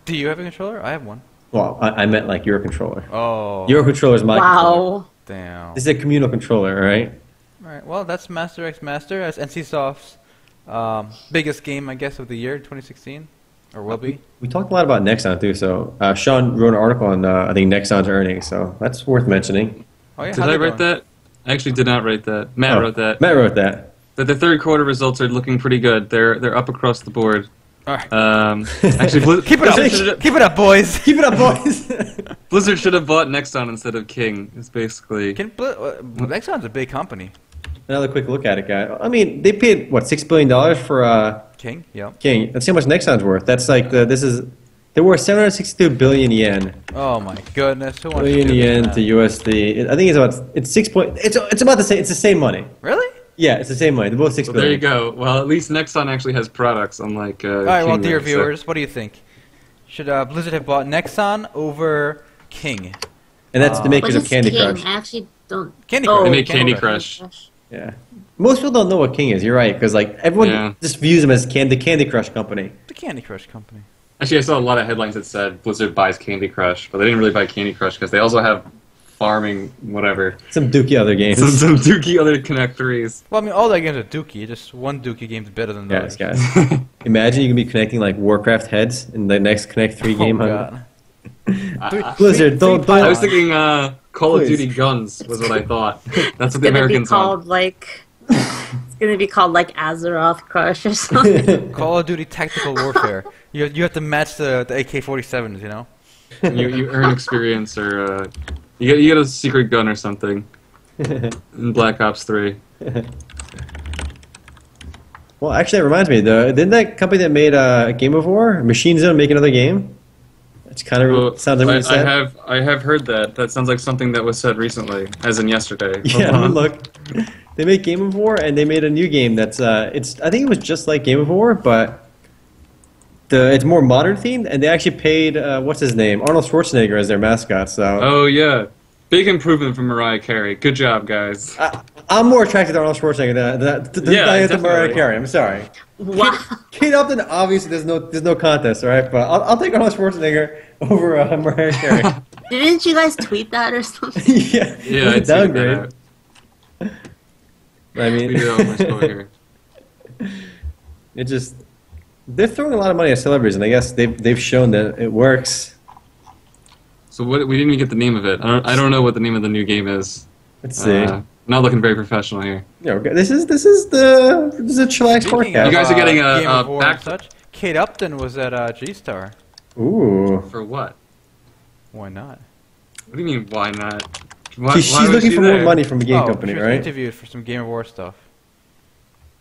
S1: Do you have a controller? I have one.
S3: Well, I, I meant like your controller.
S1: Oh.
S3: Your controller is my controller.
S4: Wow.
S1: Damn.
S3: This is a communal controller, all right?
S1: All right. Well, that's Master X Master. That's NCSoft's um, biggest game, I guess, of the year, 2016, or will be.
S3: We talked a lot about Nexon too. So uh, Sean wrote an article on uh, I think Nexon's earnings, so that's worth mentioning.
S1: Oh yeah.
S2: Did
S1: how's
S2: I
S1: it
S2: write
S1: going?
S2: that? I actually did not write that. Matt
S3: Oh,
S2: wrote that.
S3: Matt wrote that. (laughs)
S2: That the third quarter results are looking pretty good. They're they're up across the board.
S1: All right. (laughs)
S2: Um, actually, Blizz-
S1: Keep it
S2: (laughs) Blizzard should
S1: up.
S2: have-
S1: Keep it up,
S2: (laughs)
S1: boys.
S3: Keep it up, boys. (laughs)
S2: Blizzard should have bought Nexon instead of King. Is basically
S1: Can Bl- uh, Nexon's a big company.
S3: Another quick look at it, guy. I mean, they paid what six billion dollars for uh,
S1: King. Yep.
S3: King. That's how much Nexon's worth. That's like the this is they were 762 billion yen,
S1: Oh my goodness. Who wants to
S3: billion
S1: do
S3: yen
S1: this
S3: to
S1: now?
S3: USD. It- I think it's about it's six point. It's it's about the same. It's the same money.
S1: Really?
S3: Yeah, it's the same money. They're both six
S2: Well,
S3: billion.
S2: there you go. Well, at least Nexon actually has products, unlike. Uh,
S1: All right. Well,
S2: King
S1: dear
S2: there, so-
S1: viewers, what do you think? Should uh, Blizzard have bought Nexon over King?
S3: And that's
S1: Uh,
S3: the
S4: What
S3: makers of
S4: is
S3: Candy
S4: King?
S3: Crush.
S4: I actually don't.
S1: Candy
S4: Oh,
S1: Crush.
S2: They make Candy
S1: Crush.
S2: Crush.
S3: Yeah. Most people don't know what King is. You're right, because like everyone
S2: Yeah.
S3: just views them as can- the Candy Crush company.
S1: The Candy Crush company.
S2: Actually, I saw a lot of headlines that said Blizzard buys Candy Crush, but they didn't really buy Candy Crush because they also have farming, whatever,
S3: Some dookie other games.
S2: some some dookie other Connect threes.
S1: Well, I mean, all their games are dookie. Just one dookie game's better than the
S3: Yes,
S1: others.
S3: guys. Imagine you can be connecting like Warcraft heads in the next Connect Three game.
S1: Oh,
S3: huh?
S1: God.
S2: I,
S3: Blizzard, don't
S2: I- I was
S3: don't.
S2: thinking uh, Call of
S3: Please.
S2: Duty guns was what I
S1: (laughs)
S2: thought. That's what the
S4: It's gonna be
S2: Americans
S4: called
S2: want.
S4: like. (laughs) it's gonna be called like Azeroth Crush or
S1: (laughs)
S3: (laughs)
S4: something.
S1: Call of Duty Tactical Warfare. You, you have to match the, the AK-47s, you know?
S2: You, you earn experience or uh, you get you get a secret gun or something in Black Ops Three.
S3: (laughs) well, actually, that reminds me. The didn't that company that made uh, Game of War, Machine Zone, make another game? It's kind of
S2: Well,
S3: sounds like what
S2: I,
S3: you
S2: I
S3: said.
S2: have I have heard that. That sounds like something that was said recently, as in yesterday.
S3: (laughs)
S2: Uh-huh.
S3: yeah,
S2: Hold on.
S3: look. They made Game of War, and they made a new game that's. Uh, it's. I think it was just like Game of War, but the it's more modern themed, and they actually paid uh, what's his name Arnold Schwarzenegger as their mascot. So
S2: Oh yeah, big improvement from Mariah Carey. Good job, guys.
S3: I, I'm more attracted to Arnold Schwarzenegger than, than, than,
S2: Yeah,
S3: than I am to Mariah
S2: definitely.
S3: Carey. I'm sorry.
S4: wow.
S3: Kate Upton, obviously, there's no there's no contest, all right? But I'll, I'll take Arnold Schwarzenegger (laughs) over uh,
S2: (laughs)
S3: Mariah Carey.
S4: Didn't you guys tweet that or something?
S3: yeah,
S2: Yeah,
S3: it's
S2: I'd
S3: a
S2: say that
S3: downgrade.
S2: out.
S3: I
S2: We did all
S3: (laughs)
S2: my score
S3: mean,
S2: here.
S3: it just they're throwing a lot of money at celebrities, and I guess they've they've shown that it works.
S2: So what? We didn't even get the name of it. I don't. I don't know what the name of the new game is.
S3: Let's see.
S2: Uh, not looking very professional here.
S3: Yeah, okay, this is this is the this is a chillax
S1: Speaking of,
S3: podcast.
S2: You guys are
S1: uh,
S2: getting a-
S1: Game of
S2: a
S1: War and
S2: back-
S1: such. Kate Upton was at uh, G-Star.
S3: Ooh,
S2: For what?
S1: Why not?
S2: What do you mean? Why not? Why,
S3: she's, she's
S2: why was
S3: looking
S2: she
S3: for more
S2: there?
S3: money from a game
S1: oh,
S3: company,
S1: she was
S3: right?
S1: interviewed for some Game of War stuff.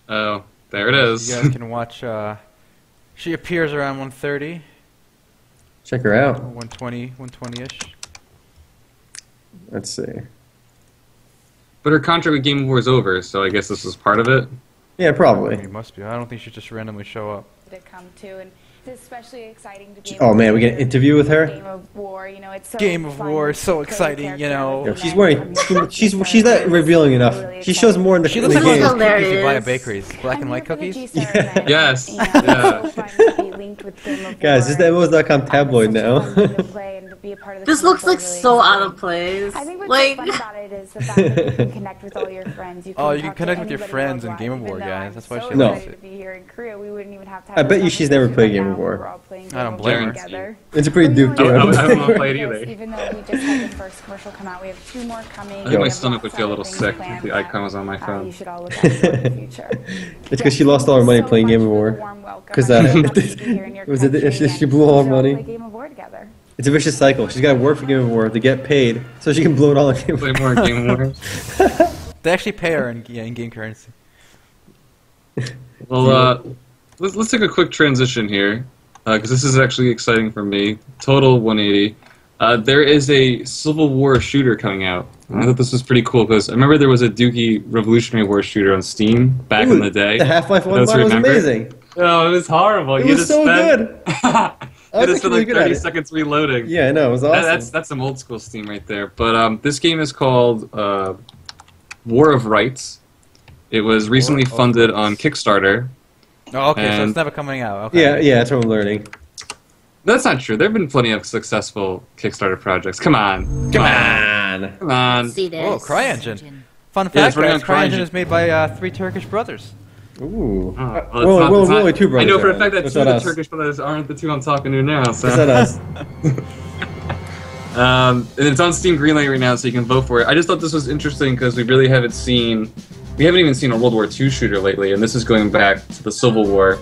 S2: Oh, there it is.
S1: You guys can watch. Uh, she appears around 1:30,
S3: Check her out.
S1: 120, 120-ish.
S3: Let's see.
S2: but her contract with Game of War is over, so I guess this was part of it.
S3: Yeah, probably.
S1: It must be. I don't think she just randomly show up.
S7: to come to, and it's especially exciting to be.
S3: Oh
S7: able
S3: man,
S7: to
S3: we get an
S7: hear
S3: interview with her.
S7: Game of War, you know, it's so
S1: Game of
S7: fun
S1: War,
S7: to
S1: so
S7: play the
S1: exciting, you
S7: character
S1: know.
S7: of
S3: Yeah,
S7: the
S3: she's
S7: man.
S3: wearing. She, she's she's not revealing enough. She shows more in the,
S1: She
S3: in
S1: looks
S3: the
S1: like one
S3: game.
S1: of those cookies you
S4: Hilarious.
S1: buy at bakeries, black and
S7: I'm
S1: white
S7: here for the
S1: cookies.
S7: G-Star event,
S2: Yes.
S7: you know, it's
S2: Yeah.
S7: so fun to be linked with Game
S3: (laughs)
S7: of
S3: Guys, this is the
S7: War.
S3: MMOs.com tabloid
S7: It's such
S3: now. (laughs)
S7: a fun game to play and to be a part of the
S4: This looks like
S7: community, really
S4: so out
S7: exciting.
S4: of place.
S7: I think what's
S4: Like,
S7: so fun about it is the fact that you can connect with all your friends. You can
S1: Oh, you can
S7: talk to
S1: connect with your
S7: anybody
S1: friends in
S7: worldwide,
S1: Game of
S7: even
S1: War,
S7: though
S1: guys.
S7: I'm
S1: That's why
S7: so
S1: she
S3: No.
S7: excited to be here in Korea. We wouldn't even have to have
S3: I
S7: this
S3: bet you she's never
S7: conversation
S3: played Game
S7: right now
S3: of
S7: if
S3: War.
S7: we're all playing
S1: I don't
S7: Game of
S1: blame
S7: War
S2: her.
S7: together.
S3: It's a pretty
S7: Well,
S3: duked
S7: you know,
S2: I
S7: it's
S2: would- I
S7: really
S2: wouldn't wanna
S7: nice
S2: play it
S7: because
S2: either.
S7: Even though we just had the first commercial come out, we have two more coming.
S2: I
S7: We
S2: think my
S7: have
S2: stomach would
S7: lots
S2: feel a
S7: of
S2: little
S7: things
S2: sick
S7: planned
S2: if the
S7: that,
S2: icon was on my
S7: uh,
S2: phone.
S7: you should all look out for in the future.
S3: It's because she lost all her money playing Game of War.
S7: (laughs)
S3: Because uh, (laughs) it was a, she, she blew all her
S7: Play
S3: money.
S7: Game of War together.
S3: It's a vicious cycle. She's got to work for Game of War to get paid, so she can blow it all on Game of (laughs)
S2: Play
S3: War.
S2: more Game of War.
S1: They actually pay her in, yeah, in game currency.
S2: Well, uh, let's, uh, let's take a quick transition here because this is actually exciting for me. Total 180. Uh, there is a Civil War shooter coming out. And I thought this was pretty cool because I remember there was a Dookie Revolutionary War shooter on Steam back in
S3: Ooh,
S2: the
S3: (laughs)
S2: day.
S3: The Half Life
S2: For
S3: 1
S2: those who
S3: mod was
S2: remember.
S3: amazing.
S2: No, it was horrible.
S3: It
S2: you
S3: was
S2: just
S3: so
S2: spent,
S3: good.
S2: (laughs) you
S3: was
S2: just spent
S3: actually
S2: like
S3: good at
S2: 30
S3: it.
S2: seconds reloading.
S3: Yeah, I know. It was awesome.
S2: That- that's that's some old school Steam right there. But um, this game is called uh, War of Rights. It was recently
S1: of
S2: funded on Kickstarter.
S1: Oh, okay, so
S2: And-
S1: it's never coming out. Okay.
S3: yeah, yeah, that's what I'm learning.
S2: That's not true. There have been plenty of successful Kickstarter projects. Come on. Come on.
S3: Man.
S2: Come
S4: (laughs)
S2: on.
S4: See this.
S1: Oh, CryEngine. Fun
S2: Yeah,
S1: fact,
S2: it's running
S1: guys,
S2: on
S1: CryEngine
S2: CryEngine.
S1: is made by uh, three Turkish brothers.
S3: Ooh.
S2: Oh, well, it's
S3: Well,
S2: not-
S3: well,
S2: it's not-
S3: only two
S2: I know
S3: brothers
S2: for
S3: are.
S2: a fact that
S3: It's
S2: two of
S3: not
S2: the
S3: us.
S2: Turkish brothers aren't the two I'm talking to now. So. (laughs)
S3: It's not us.
S2: Um, and it's on Steam Greenlight right now, so you can vote for it. I just thought this was interesting because we really haven't seen, we haven't even seen a World War II shooter lately, and this is going back to the Civil War.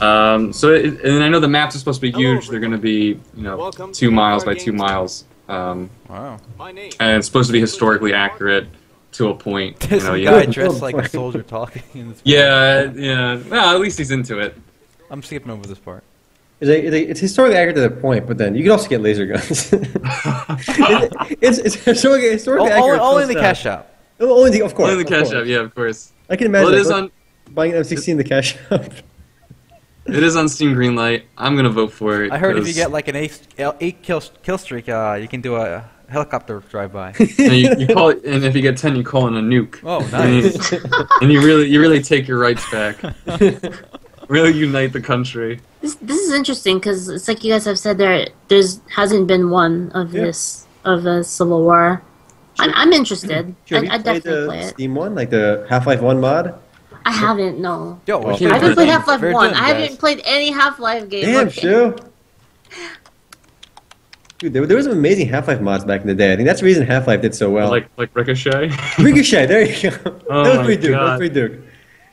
S2: Um, so, it, and I know the maps are supposed to be huge. They're going to be, you know,
S6: Welcome
S2: two
S6: to
S2: miles by
S6: our
S2: two
S6: game.
S2: miles, um,
S1: Wow.
S6: My name.
S2: and it's supposed to be historically accurate to a point.
S1: (laughs)
S2: You
S1: This
S2: know, you
S1: guy
S3: yeah.
S1: dressed like a soldier talking. In this
S2: Oh, yeah, yeah. Well, at least he's into it.
S1: (laughs) I'm skipping over this part.
S3: It's, like- it's like- it's historically accurate to that point, but then you can also get laser guns. (laughs) it's,
S2: (laughs)
S3: it's, it's historically, historically
S1: Oh,
S3: accurate.
S1: only, only in the
S3: till
S1: cash shop.
S3: now. Oh, only the, of course.
S2: Only the
S3: of
S2: cash
S3: course.
S2: app, yeah, of course.
S3: I can imagine
S2: Well, it is
S3: like,
S2: on
S3: buying an M16 in the cash
S2: (laughs)
S3: shop.
S2: it is on Steam Greenlight. I'm gonna vote for it.
S1: I heard if you
S2: 'cause-
S1: get like an eight, eight kill, kill streak, uh, you can do a helicopter drive by.
S2: and you, you call it, and if you get ten, you call in a nuke.
S1: Oh,
S2: And
S1: nice.
S2: you- (laughs) and you really, you really take your rights back.
S4: (laughs)
S2: really unite the country.
S4: This, this is interesting because it's like you guys have said there there's hasn't been one of
S3: Yeah.
S4: this of the Civil War. I'm,
S3: (clears throat)
S4: I'm interested.
S3: Should we
S4: I, I
S3: play
S4: definitely
S3: the
S4: play it.
S3: Steam one, like the Half Life One mod?
S4: I haven't no.
S1: Yo, we
S3: I
S1: should-
S4: I haven't
S1: we're-
S4: played Half Life
S1: we're
S4: One.
S1: doing
S4: I
S1: this.
S4: haven't played any Half Life game.
S3: Damn,
S4: Like,
S3: Shu. Dude, there, there was some amazing Half Life mods back in the day. I think that's the reason Half Life did so well.
S2: Like, like Ricochet.
S3: (laughs)
S2: (laughs)
S3: Ricochet, there you go. (laughs)
S2: Oh
S3: that
S2: my
S3: was pretty Duke. That was
S2: God.
S3: pretty Duke.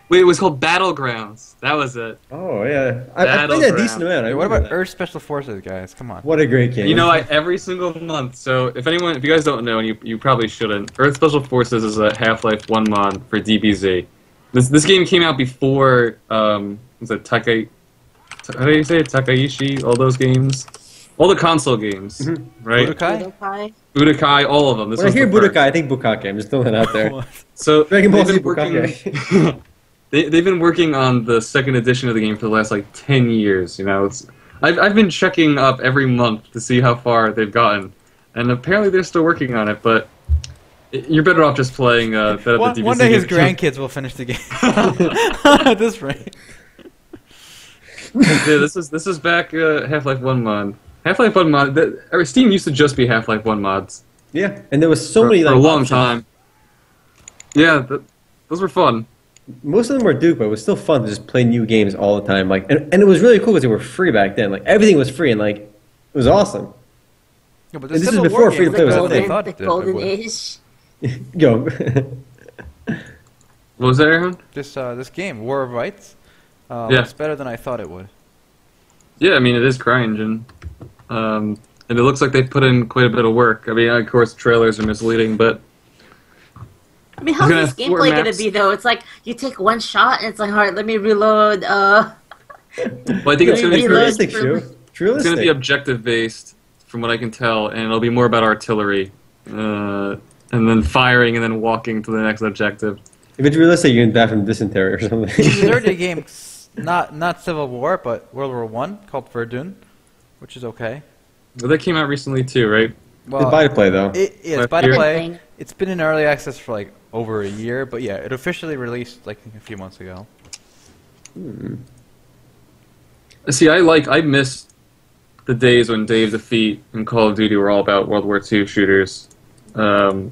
S2: Wait, it was called Battlegrounds. That was it.
S3: Oh yeah, I, I played that a
S2: Battleground.
S3: decent amount. I
S1: Hey, what
S3: remember
S1: about
S3: that.
S1: Earth Special Forces, guys? Come on.
S3: What a great game.
S2: You know, I, every single month. So if anyone, if you guys don't know, and you, you probably shouldn't, Earth Special Forces is a Half-Life One mod for DBZ. This this game came out before um, was it Takai? Ta- How do you say it? Takaishi? All those games, all the console games, right?
S1: Budokai?
S4: Budokai.
S2: Budokai, all of them.
S3: Mm-hmm. when
S2: This
S3: I
S2: was
S3: hear
S2: the first.
S3: Budokai, I think Bukake. I'm just throwing it out
S2: (laughs)
S3: there.
S2: So
S3: Dragon Ball
S2: they've
S3: Z
S2: been
S3: Bukake.
S2: (laughs) working- they, they've been working on the second edition of the game for the last like ten years. You know, it's, I've I've been checking up every month to see how far they've gotten, and apparently they're still working on it. But i- you're better off just playing uh, that other
S1: One,
S2: DBZ
S1: one day his
S2: game. (laughs)
S1: grandkids will finish the game. (laughs) At this rate.
S2: yeah, this is this is back uh, Half Life One mod. Half Life One mod. That, or Steam used to just be Half Life One mods
S3: yeah, and there was so
S2: for,
S3: many
S2: for
S3: like
S2: a long
S3: options.
S2: time. Yeah, th those were fun.
S3: Most of them were Duke, but it was still fun to just play new games all the time. Like, and, and it was really cool because they were free back then. Like everything was free, and like it was awesome. (laughs)
S1: Yeah, but
S3: And this is
S1: Civil
S3: before
S1: War
S3: Free to
S1: games,
S3: Play was
S1: that's
S3: a
S1: what
S3: thing.
S1: they
S4: golden,
S1: thought
S4: the
S1: that it
S4: golden
S1: would.
S4: age.
S3: Yo,
S2: What was that, Aaron?
S1: This, uh, this game, War of Rights, uh,
S2: Yeah.
S1: looks better than I thought
S2: (laughs)
S1: it would.
S2: Yeah, I mean it is CryEngine, um, and it looks like they put in quite a bit of work. I mean, of course, trailers are misleading, but
S4: I mean,
S2: You're
S4: how's
S2: gonna
S3: (laughs)
S4: this
S2: have four
S4: gameplay gonna
S2: maps?
S4: be though? It's like you take one shot and it's like, all right, let me reload. Uh,
S2: well, I think it's
S4: Yeah,
S2: going to be
S4: you
S3: it's
S4: reload.
S2: very-
S3: realistic,
S4: for-
S3: Shu. It's realistic.
S2: it's going to be objective based, from what I can tell, and it'll be more about artillery, uh, and then firing, and then walking to the next objective.
S3: if it's realistic, you can die from dysentery or
S1: There's already a
S3: (laughs) something.
S1: game, s- not not Civil War, but World War One called Verdun, which is okay.
S2: But that came out recently too, right?
S3: it's by to play though.
S1: It is
S2: Like
S1: by the
S2: here.
S1: way,
S4: Thing.
S1: it's been in early access for like over a year, but yeah, it officially released like a few months ago.
S2: See, I like I miss the days when Dave Defeat and Call of Duty were all about World War II shooters. Um,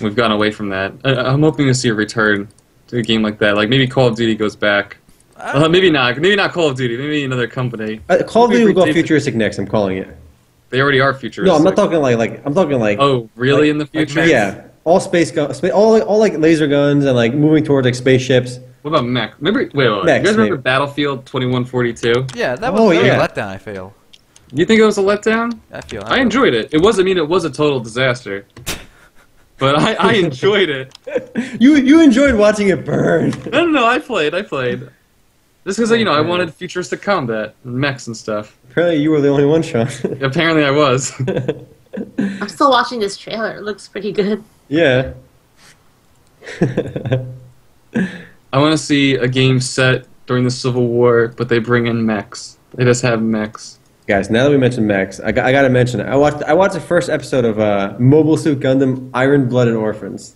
S2: we've gone away from that. I, I'm hoping to see a return to a game like that. Like maybe Call of Duty goes back. Uh, maybe not. Maybe not Call of Duty. Maybe another company.
S3: Uh, Call of
S2: Maybe
S3: Duty will go
S2: Dave-
S3: futuristic next. I'm calling it.
S2: They already are futuristic.
S3: No, I'm not talking like like I'm talking like
S2: Oh, really? in the
S1: like
S2: future?
S1: mechs.
S3: yeah, all space guns, spa- all all like laser guns and like moving towards like spaceships.
S2: What about mech? Remember? Wait, wait, wait.
S3: Mechs,
S2: you guys remember
S3: maybe.
S2: Battlefield 2142?
S1: Yeah, that was
S3: Oh,
S1: that was a
S3: yeah.
S1: letdown. I feel.
S2: You think it was a letdown?
S1: I feel.
S3: Uh-huh.
S2: I enjoyed it. It was. I mean, it was a total disaster. But I, I enjoyed it.
S3: You you enjoyed watching it burn. (laughs)
S2: No, no, no. I played. I played. Just because you know I wanted futuristic combat, and mechs and stuff.
S3: Apparently, you were the only one, Sean.
S2: Apparently, I was. (laughs)
S3: (laughs)
S4: I'm still watching this trailer. It looks pretty good.
S3: yeah. (laughs)
S2: I want to see a game set during the Civil War, but they bring in mechs. They just have mechs.
S3: Guys, now that we mentioned Max, I, got, I gotta mention it. I watched I watched the first episode of uh, Mobile Suit Gundam: Iron Blooded Orphans.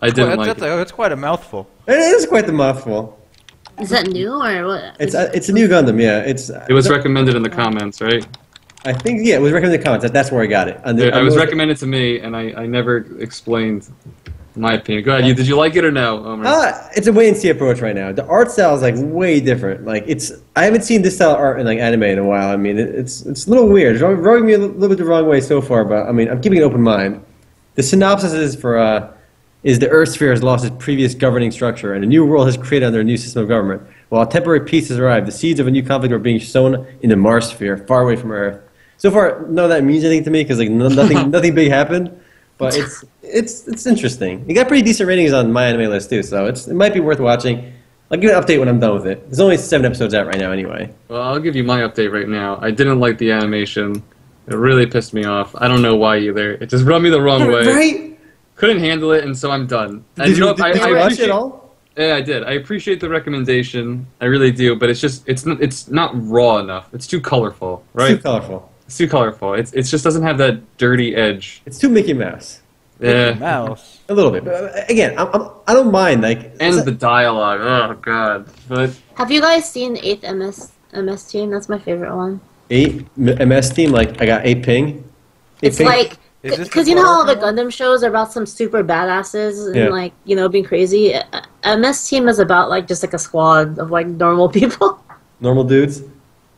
S2: I didn't
S1: Well,
S2: like
S1: that's,
S2: it.
S1: that's, a- that's quite a mouthful.
S3: It is quite the mouthful.
S4: Is that new or what?
S3: Mm-hmm. It's uh, it's a new Gundam, yeah. It's
S2: It was recommended in the comments, right?
S3: I think yeah, it was recommended in the comments. That- That's where I got it. On the-
S2: It, I
S3: on
S2: was
S3: those-
S2: recommended to me, and I, I never explained my opinion. Go ahead. You, did you like it or no, Omer?
S3: Ah, it's a wait and see approach right now. The art style is like way different. Like it's I haven't seen this style of art in like anime in a while. I mean, it, it's it's a little weird. It's rubbing- rubbing me a little bit the wrong way so far, but I mean, I'm keeping an open mind. The synopsis is for uh, is the Earth sphere has lost its previous governing structure, and a new world has created under a new system of government. While temporary peace has arrived, the seeds of a new conflict are being sown in the Mars sphere, far away from Earth. So far, none of that means anything to me because like no, nothing nothing big happened. But it's it's it's interesting. It got pretty decent ratings on my anime list too, so it's it might be worth watching. I'll give you an update when I'm done with it. There's only seven episodes out right now, anyway.
S2: Well, I'll give you my update right now. I didn't like the animation. It really pissed me off. I don't know why either. It just rubbed me
S3: (laughs)
S2: the wrong way.
S3: Right?
S2: Couldn't handle it, and so I'm done. And
S3: Did
S2: you
S3: you,
S2: know, what? I,
S3: did
S2: I
S3: you watch
S2: appreciate-
S3: it all?
S2: Yeah, I did. I appreciate the recommendation. I really do, but it's just it's n- it's not raw enough. It's too colorful,
S3: It's too
S2: right?
S3: colorful.
S2: It's too colorful. It's it just doesn't have that dirty edge.
S3: It's too Mickey Mouse.
S1: Mickey
S2: Yeah.
S1: Mouse.
S3: A little bit, but uh, again, I'm, I'm, I don't mind. Like,
S2: And the dialogue. Oh god. But
S4: Have you guys seen Eighth MS MS Team? That's my favorite one.
S3: eight M- MS team. Like, I got eight ping. Eight
S4: It's
S3: ping.
S4: like
S1: Is this the
S4: because you know how the
S1: Boruto
S4: Gundam shows are about some super badasses and
S3: Yeah.
S4: like you know being crazy. Uh, MS Team is about like just like a squad of like normal people. (laughs)
S3: normal dudes.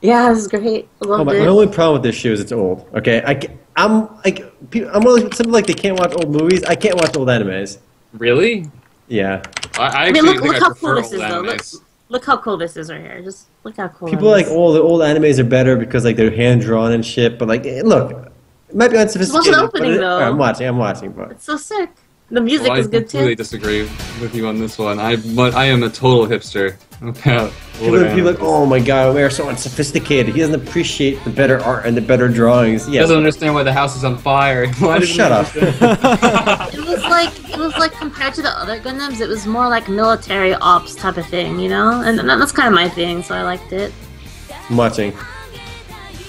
S4: yeah, it's great. I
S3: Oh,
S4: Loved
S3: my,
S4: it.
S3: my only problem with this show is it's old. Okay, I am like people, I'm one of those people like they can't watch old movies. I can't watch old animes.
S2: really?
S3: Yeah,
S2: I, I
S4: I
S2: actually
S4: mean, look,
S2: think
S4: look
S2: I
S4: how cool
S2: prefer
S4: this
S2: old
S4: is though. Look,
S2: animes.
S4: look how cool this is right here. Just look how cool.
S3: people
S4: that
S3: like
S4: is.
S3: oh the old animes are better because like they're hand drawn and shit. But like eh, look, it might be unsophisticated.
S4: Well, it's
S3: but
S4: an opening,
S3: it-
S4: though.
S3: alright, I'm watching. I'm watching. But
S4: It's so sick. The music
S2: Well, I
S4: is good
S2: completely
S4: too.
S2: disagree with you on this one. I but I am a total hipster (laughs) about old
S3: people, people are like
S2: animes.
S3: oh my god, we are so unsophisticated. He doesn't appreciate the better art and the better drawings.
S2: He
S3: Yeah.
S2: doesn't understand why the house is on fire. (laughs) Why
S3: Oh,
S2: doesn't he
S3: shut up.
S2: understand-
S4: It was like it was like compared to the other Gundams, it was more like military ops type of thing, you know. And that- that's kind of my thing, so I liked it.
S3: (laughs) I'm watching.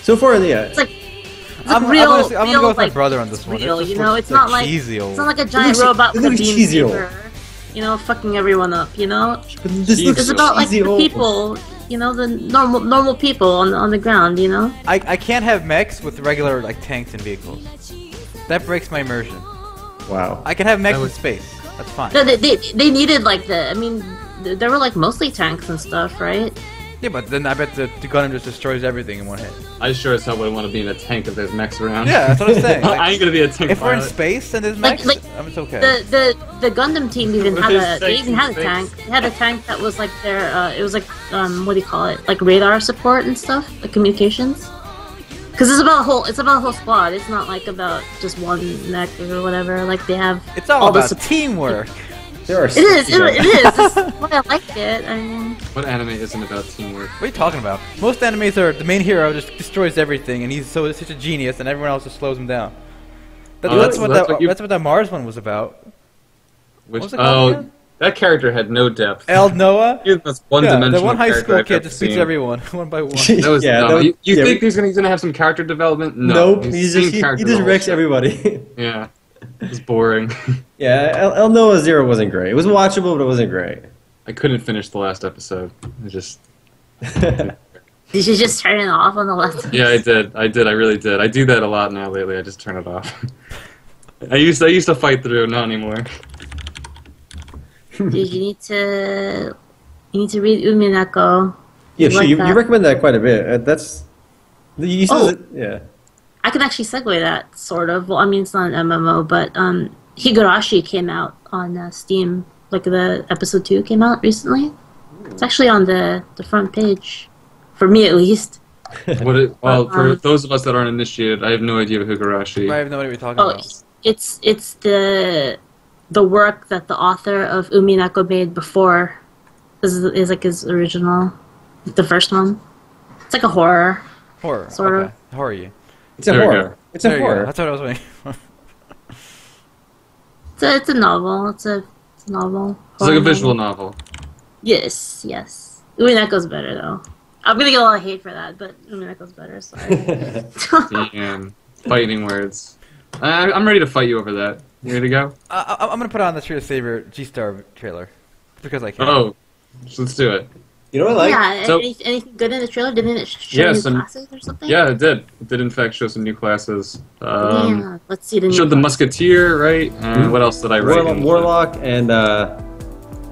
S3: So far, yeah.
S4: It's like it's like
S1: I'm, I'm
S4: real,
S1: gonna, say- I'm gonna
S4: real,
S1: go with
S4: like,
S1: my brother on this one.
S4: real,
S1: just
S4: you know,
S1: looks
S4: it's not like
S1: cheesy old.
S4: it's not like a giant
S3: looks-
S4: robot
S3: it
S4: with a
S3: looks
S4: beam
S3: cheesy old.
S4: saber, you know, fucking everyone up, you know.
S3: But this looks
S4: It's about like
S3: cheesy
S4: the
S3: old.
S4: people, you know, the normal normal people on on the ground, you know.
S1: I, I can't have mechs with regular like tanks and vehicles. That breaks my immersion.
S3: Wow.
S1: I can have mechs in
S2: That was-
S1: space. That's fine.
S4: No, They, they, they needed like the I mean, th- there were like mostly tanks and stuff, right?
S1: Yeah, but then I bet the, the Gundam just destroys everything in one
S2: (laughs)
S1: hit.
S2: I sure as hell wouldn't want to be in a tank if there's mechs around.
S1: Yeah,
S2: (laughs)
S1: that's what I'm saying. like,
S2: I ain't gonna be a tank
S1: if we're in
S2: pilot.
S1: space and there's
S4: Like-
S1: mechs,
S4: like,
S1: um, it's okay.
S4: The the the Gundam team even had
S2: There's
S4: a they
S2: tanks
S4: even
S2: and
S4: had a
S2: tanks.
S4: tank. They had a tank that was like their uh, it was like um what do you call it like radar support and stuff like communications. Because it's about a whole it's about a whole squad. It's not like about just one mech or whatever. Like they have
S1: it's all,
S4: the
S1: about
S4: support. (laughs)
S1: teamwork.
S3: There are
S4: It is it, it is. That's why I like it. I mean,
S2: What anime isn't about teamwork?
S1: What are you talking about? Most animes are the main hero just destroys everything, and he's so such a genius, and everyone else just slows him down. That,
S2: Oh,
S1: that's,
S2: that's-
S1: what
S2: that's
S1: that,
S2: what you-
S1: that's what that Mars one was about.
S2: Which
S1: was it called
S2: oh,
S1: again?
S2: that character had no depth.
S1: El Noah.
S2: He was the most one-dimensional
S1: the one high
S2: character
S1: school
S2: I've
S1: kid
S2: ever
S1: just beats
S2: seen.
S1: everyone (laughs) one
S2: (laughs)
S1: by one.
S3: Yeah.
S2: That was
S3: Yeah,
S2: dumb.
S3: that was-
S2: you you
S3: yeah,
S2: think
S3: we-
S2: he's gonna, he's gonna have some character development? No.
S3: nope.
S2: he's
S3: He's
S2: the
S3: just,
S2: same
S3: he, he
S2: character
S3: just
S2: the
S3: wrecks
S2: whole
S3: everybody. (laughs)
S2: show. Yeah, it's boring. (laughs)
S3: yeah, El, El Noah Zero wasn't great. It was watchable, but it wasn't great.
S2: I couldn't finish the last episode. I just
S3: (laughs)
S4: did you just turn it off on the last?
S2: yeah, I did. I did. I really did. I do that a lot now lately. I just turn it off. (laughs) I used I used to fight through, not anymore.
S4: (laughs) Dude, you need to you need to read Uminako.
S3: yeah,
S4: You
S3: sure,
S4: like
S3: you,
S4: that?
S3: you recommend that quite a bit. Uh, that's you said
S4: Oh.
S3: that- yeah.
S4: I can actually segue that sort of. Well, I mean, it's not an MMO, but um, Higurashi came out on uh, Steam. Like the episode two came out recently.
S2: Hmm.
S4: It's actually on the the front page, for me at least.
S2: What? It, well, for
S4: Um,
S2: those of us that aren't initiated, I have no idea what Higurashi.
S1: I have no idea what you're talking
S4: Oh,
S1: about.
S4: it's it's the the work that the author of Uminako made before is is like his original, like the first one. It's like a horror.
S1: Horror.
S4: Sort of.
S1: okay. Horror you.
S3: It's a
S2: There we go.
S3: horror. It's a
S1: There you go.
S3: horror.
S1: That's what I was waiting for. (laughs)
S4: It's a, it's a novel. It's a, it's a novel.
S2: It's like a visual novel.
S4: Yes, yes. Uminako's better though. I'm gonna get a lot of hate for that, but Uminako's better.
S3: (laughs)
S4: Sorry.
S2: Damn. Fighting words. I, I'm ready to fight you over that. You ready to go?
S1: I, I, I'm gonna put on the True Savior G Star trailer because I can.
S2: Oh, let's do it.
S3: You know what I like?
S4: yeah.
S2: So-
S4: any, anything good in the trailer? Didn't it show
S2: Yeah,
S4: new
S2: some-
S4: classes or something?
S2: Yeah, it did. It did, in fact, show some new classes. Um,
S4: yeah. Let's see the
S2: it
S4: new.
S2: showed the Musketeer, right?
S1: Hmm?
S2: And what else did I write?
S3: Warlo-
S2: in?
S3: Warlock and uh,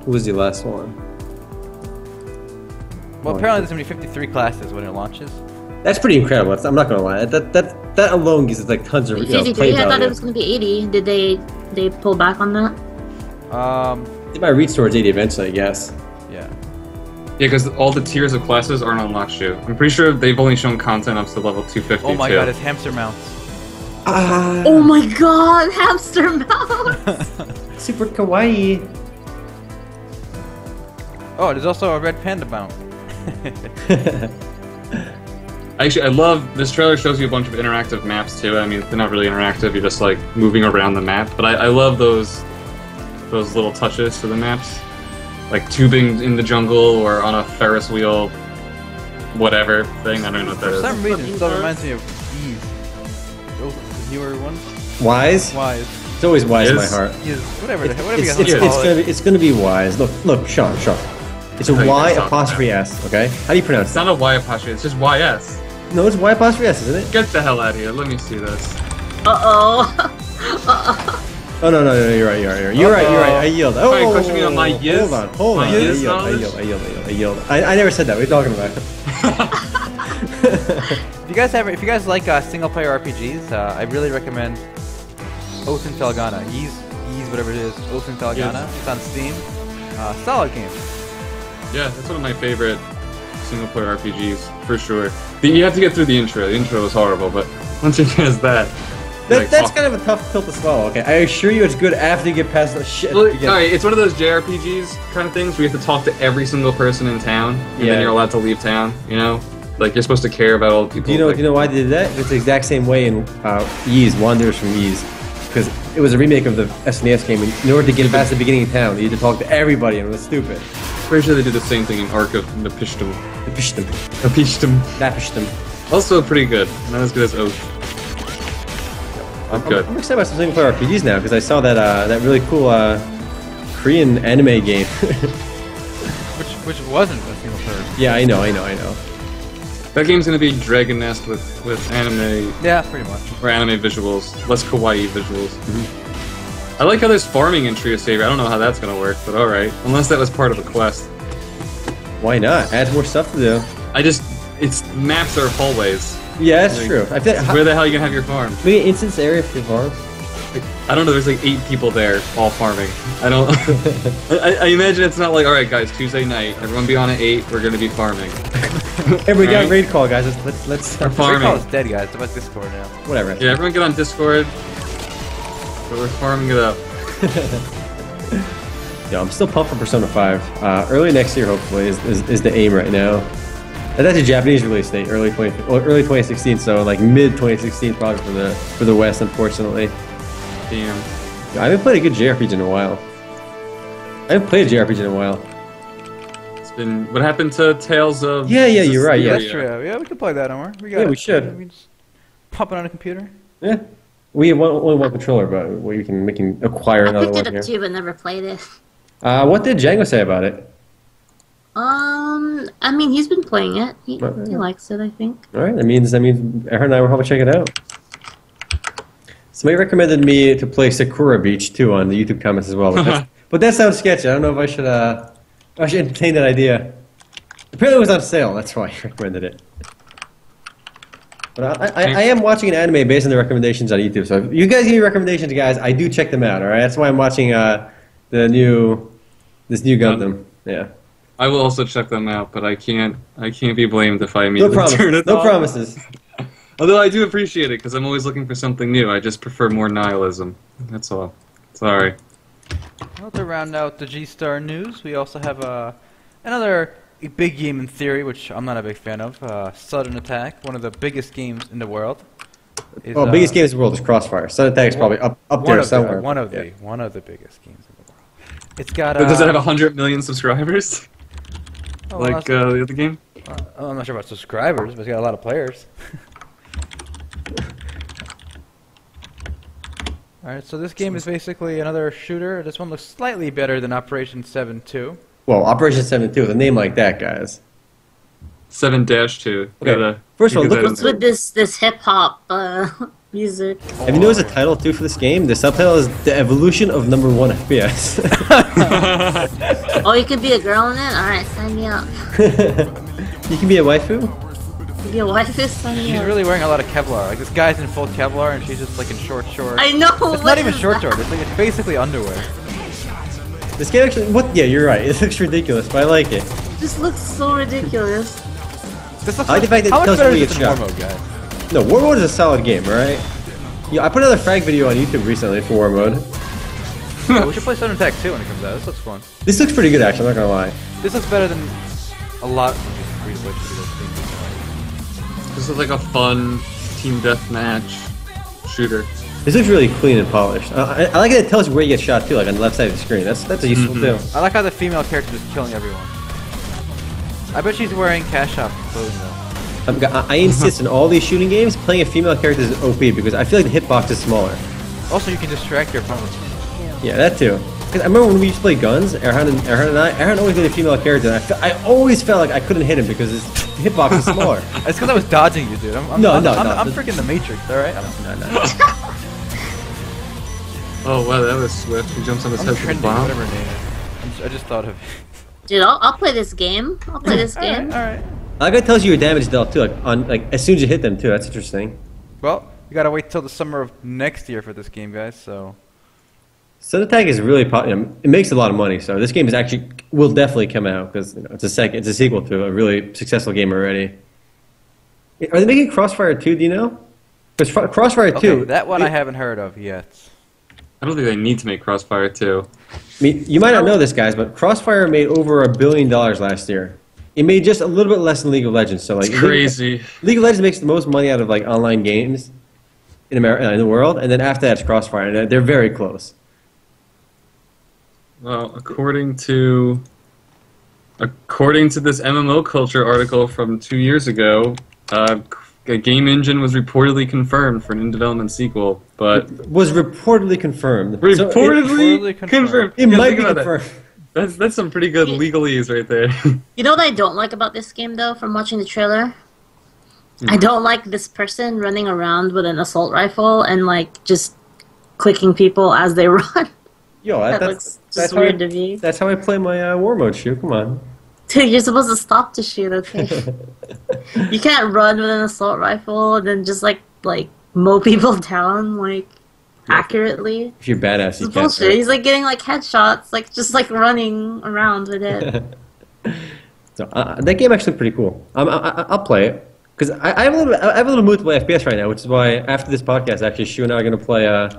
S3: who was the last one?
S1: Well, apparently there's gonna be 53 classes when it launches.
S3: That's pretty incredible. That's- I'm not gonna lie. That that that alone gives it like tons of you know, play
S4: 53. I thought
S3: value.
S4: it was gonna be 80. Did they they pull back on that?
S1: Um,
S3: It might reach towards 80 eventually, I guess.
S1: yeah.
S2: Yeah, because all the tiers of classes aren't unlocked yet. I'm pretty sure they've only shown content up to level 250.
S1: Oh my
S2: too.
S1: God, it's hamster mounts. (laughs)
S3: Ah,
S4: Oh my God! (laughs)
S3: (laughs)
S4: Hamster mouth.
S3: super kawaii.
S1: Oh, there's also a red panda mount.
S2: Actually, I love this trailer. Shows you a bunch of interactive maps too. I mean, they're not really interactive. You're just like moving around the map. But I, I love those those little touches to the maps, like tubing in the jungle or on a Ferris wheel, whatever thing. I don't know what that
S1: For
S2: is.
S1: some reason, it still reminds me of these. Those newer ones.
S3: (laughs) Wise?
S1: Wise.
S3: It's always wise in my
S2: Yes.
S3: heart.
S1: Yes, whatever. the- whatever
S3: It's,
S1: you
S3: it's,
S1: guys
S3: it's,
S1: want to call
S3: gonna
S1: it.
S3: be, it's gonna be wise. Look, look, Sean, Sean. It's a
S2: thought you
S3: Y
S2: meant Sean.
S3: apostrophe S, okay? How do you pronounce
S2: It's
S3: that?
S2: not a Y apostrophe. It's just YS.
S3: No, it's Y apostrophe S, isn't it?
S2: Get the hell out of here. Let me see this.
S4: Uh oh.
S3: Oh, no, no, no, you're right, you're right, you're right. You're right, you're right. I yield. Oh,
S2: Sorry, question me on my yes-
S3: Hold on, hold
S2: my
S3: on. I
S2: yes
S3: yield, I
S2: knowledge?
S3: yield, I yield, I yield, I yield. I, I never said that. What are you talking about?
S1: If you guys have, if you guys like uh, single player RPGs, uh, I really recommend Oath and Felgana. Ease, Ease, whatever it is. Oath and Felgana.
S2: Yes.
S1: It's on Steam. Uh, solid game.
S2: Yeah, that's one of my favorite single player RPGs for sure. The- You have to get through the intro. The intro is horrible, but once you pass that.
S3: That, that's kind of a tough tilt to swallow, okay? I assure you it's good after you get past the shit.
S2: Well,
S3: you get-
S2: all right, it's one of those JRPGs kind of things where you have to talk to every single person in town, and
S3: Yeah.
S2: then you're allowed to leave town. You know, like you're supposed to care about all the people.
S3: Do you know?
S2: like-
S3: Do you know why they did that? It's the exact same way in uh, Yeez Wanderers from Yeez, because it was a remake of the SNES game. And in order to get past the beginning of town, you had to talk to everybody, and it was stupid.
S2: Pretty sure they did the same thing in Ark of Napishtim.
S3: Napished them,
S2: Napishtim.
S3: napished them.
S2: Also pretty good. Not as good as Oath. I'm
S3: I'm-
S2: good.
S3: I'm excited about some single-player RPGs now because I saw that uh, that really cool uh, Korean anime game. (laughs)
S1: Which, which wasn't a single player.
S3: yeah, I know, I know, I know.
S2: That game's gonna be Dragon Nest with with anime
S1: Yeah, pretty much.
S2: or anime visuals, less kawaii visuals.
S3: Mm-hmm.
S2: I like how there's farming in Tree of Savior. I don't know how that's gonna work, but all right. Unless that was part of a quest.
S3: Why not? Add more stuff to do.
S2: I just, it's maps are hallways.
S3: Yeah, that's
S2: Like,
S3: true. I feel like,
S2: Where the hell are you gonna have your farm?
S3: maybe an instance area for your farm.
S2: I don't know. There's like eight people there, all farming. I don't. (laughs) I, I imagine it's not like, all right, guys, Tuesday night, everyone be on at eight. We're gonna be farming.
S3: Hey, we got
S2: Right.
S3: raid call, guys. Let's let's, let's
S2: We're
S1: They call
S2: farming.
S1: us dead guys. It's about Discord now.
S3: whatever.
S2: Yeah, everyone get on Discord. But we're farming it up.
S3: Yo, I'm still pumped for Persona 5. Uh, early next year, hopefully, is, is, is the aim right now. And that's a Japanese release date, early 20, well, early 2016, so like mid 2016 probably for the for the West, unfortunately.
S2: Damn.
S3: Yo, I haven't played a good JRPG in a while. I haven't played a JRPG in a while.
S2: It's been. What happened to Tales of?
S3: Yeah, yeah, you're right, yeah.
S1: That's true. Yeah, we could play that on We got
S3: Yeah,
S1: it.
S3: we should.
S1: We can just pump it on a computer.
S3: Yeah, we have one, only one controller, but we can we can acquire
S4: I
S3: another
S4: picked it
S3: one
S4: up
S3: here.
S4: too, but never played it.
S3: Uh, what did Django say about it?
S4: Um, I mean, he's been playing it. He,
S3: Right.
S4: he likes it, I think.
S3: All right, that means that means her and I will probably check it out. Somebody recommended me to play Sakura Beach too on the YouTube comments as well,
S2: (laughs)
S3: but, that's, but that sounds sketchy. I don't know if I should uh, I should entertain that idea. Apparently, it was on sale. That's why I recommended it. But I, I, I am watching an anime based on the recommendations on YouTube. So if you guys give me recommendations, guys, I do check them out. All right, that's why I'm watching uh, the new this new Gundam. Yeah,
S2: I will also check them out, but I can't. I can't be blamed if I
S3: no
S2: immediately (laughs) turn
S3: promises.
S2: it
S3: No
S2: off.
S3: promises.
S2: Although I do appreciate it because I'm always looking for something new. I just prefer more nihilism. That's all. Sorry.
S1: Well, to round out the G Star news, we also have uh, another a big game in theory, which I'm not a big fan of. Uh, Sudden Attack, one of the biggest games in the world. is,
S3: Well,
S1: uh,
S3: Oh, biggest game in the world is Crossfire. Sun Attack is probably up, up
S1: one
S3: there
S1: of the-
S3: somewhere.
S1: one of
S3: Yeah.
S1: the one of the biggest games in the world. It's got. Uh,
S2: But does
S3: Um,
S2: it have 100 million subscribers?
S1: oh, I'm
S2: like
S1: not-
S2: uh, the other game?
S1: uh, I'm not sure about subscribers, but it's got a lot of players. (laughs) All right, so this game is basically another shooter. This one looks slightly better than Operation 7-2.
S3: Well, Operation 72, with a name like that, guys.
S2: 7 dash 2.
S3: Okay.
S2: Gotta-
S3: First of all,
S2: you
S3: look
S2: gotta-
S4: What's with this this hip hop uh, (laughs) music?
S3: Have you noticed the title, too, for this game? The subtitle is The Evolution of Number One FPS.
S4: Oh, you could be a girl in it. All right, sign me up.
S3: (laughs) you can be a waifu?
S4: Your wife (laughs) is sign me
S1: She's
S4: up.
S1: really wearing a lot of Kevlar. Like this guy's in full Kevlar, and she's just like in short shorts.
S4: I know.
S1: It's not even short shorts. It's, like, it's basically underwear.
S3: This game actually, what? Yeah, you're right. (laughs) It looks ridiculous, but I like it.
S4: This looks so ridiculous.
S1: This looks
S3: I like the fact that
S1: how
S3: it
S1: much
S3: tells
S1: better
S3: you
S1: is
S3: it's
S1: this in war mode,
S3: shot.
S1: guys?
S3: (laughs) No, War Mode is a solid game, alright? Yeah, I put another frag video on YouTube recently for War Mode.
S1: Yeah, we should play Sun Attack 2 when it comes out. This looks fun.
S3: This looks pretty good, actually, I'm not gonna lie.
S1: This looks better than a lot of these reasons to do this thing.
S2: This is like a fun team deathmatch shooter.
S3: This looks really clean and polished. I, I, I like that it tells you where you get shot, too, like on the left side of the screen. That's that's a useful
S1: Mm-hmm.
S3: too.
S1: I like how the female character is killing everyone. I bet she's wearing cash up clothing though.
S3: I'm, go- I, I insist in all these shooting games, playing a female character is OP because I feel like the hitbox is smaller.
S1: Also, you can distract your opponent.
S3: Yeah, that too. Because I remember when we used to play guns, Erhan and, Erhan and I, Erhan always made a female character, and I, fe- I always felt like I couldn't hit him because his hitbox
S1: (laughs)
S3: is smaller.
S1: It's because I was dodging you, dude. I'm, I'm,
S3: No,
S1: I'm,
S3: no,
S1: I'm,
S3: no.
S1: I'm freaking the Matrix, alright? I'm,
S3: no, no.
S2: Oh wow, that was swift. He jumps on his
S1: I'm
S2: head with a
S1: trending,
S2: bomb.
S1: whatever her name is. I'm just, I just thought of (laughs)
S4: Dude, I'll, I'll play this game. I'll play this game.
S1: alright.
S3: Like it tells you your damage dealt too, like on like as soon as you hit them too. That's interesting.
S1: Well, you gotta wait till the summer of next year for this game, guys, so.
S3: Sun Attack is really pop- you know, it makes a lot of money. So this game is actually will definitely come out because you know, it's a second, it's a sequel to a really successful game already. Are they making Crossfire two? Do you know? Because Crossfire
S1: Okay,
S3: two,
S1: that one
S3: I
S1: I haven't heard of
S3: (laughs)
S1: yet.
S2: I don't think they need to make Crossfire too.
S3: mean, you might not know this, guys, but Crossfire made over a billion dollars last year. It made just a little bit less than League of Legends. So like
S2: It's
S3: League-
S2: crazy.
S3: League of Legends makes the most money out of like online games in America in the world, and then after that it's Crossfire, and they're- they're very close.
S2: Well, according to according to this MMO culture article from two years ago, uh, a game engine was reportedly confirmed for an in-development sequel, but
S3: was reportedly confirmed.
S2: reportedly,
S3: So it-
S1: Reportedly confirmed.
S2: confirmed.
S3: it,
S2: Yeah,
S3: might
S2: think
S3: be
S2: about that.
S3: confirmed.
S2: That's that's some pretty good legalese right there. (laughs)
S4: You know what I don't like about this game though, from watching the trailer?
S1: Mm-hmm.
S4: I don't like this person running around with an assault rifle and like just clicking people as they (laughs) run.
S3: Yo,
S4: that
S3: that's,
S4: looks
S3: that's
S4: just
S3: how
S4: weird
S3: I,
S4: to me.
S3: That's how I play my uh, war mode shoe. Come on.
S4: Dude, you're supposed to stop to
S1: (laughs)
S4: shoot, okay? you can't run with an assault rifle and then just like like mow people (laughs) down like accurately.
S3: If you're badass, you can't.
S4: It's bullshit. He's like getting like headshots, like just like running around with
S3: (laughs)
S4: it.
S3: So, uh, that game actually pretty cool. Um, I, I, I'll play it because I, I have a little I have a little mood to play FPS right now, which is why after this podcast, actually, Shu and I are gonna play uh,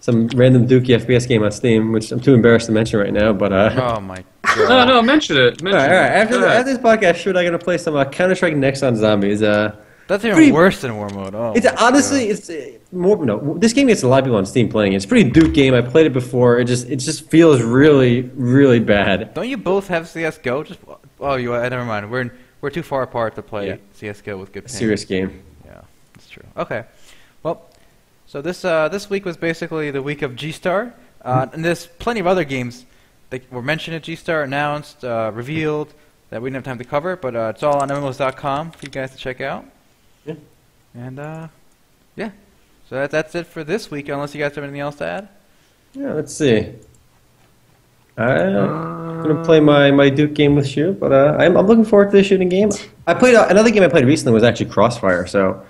S3: some random Dookie FPS game on Steam, which I'm too embarrassed to mention right now. But uh,
S1: Oh my
S2: no,
S1: god.
S3: (laughs)
S2: no, mention it.
S3: all
S2: Mention
S3: right, all
S2: it.
S3: right. After, the,
S2: Alright.
S3: after this podcast, Shu and I are gonna play some uh, Counter Strike Nexon Zombies. Uh,
S1: That's even
S3: Pretty-
S1: worse than war mode. Oh,
S3: It's
S1: my God.
S3: honestly, it's uh, more. No, this game gets a lot of people on Steam playing. it. It's a pretty Duke game. I played it before. It just, it just feels really, really bad.
S1: Don't you both have CS:GO? Just oh, you. I never mind. We're we're too far apart to play
S3: Yeah.
S1: CS:GO with good.
S3: A
S1: Ping.
S3: serious game.
S1: Yeah, that's true. Okay, well, so this uh, this week was basically the week of G Star, uh,
S3: Mm-hmm.
S1: and there's plenty of other games that were mentioned at G Star, announced, uh, revealed that we didn't have time to cover, but uh, it's all on MMOs.com for you guys to check out.
S3: Yeah.
S1: And uh, yeah, so that, that's it for this week. Unless you guys have anything else to add.
S3: Yeah, let's see. I, I'm gonna play my, my Duke game with Shu, but uh, I'm, I'm looking forward to the shooting game. I played uh, another game I played recently was actually Crossfire. So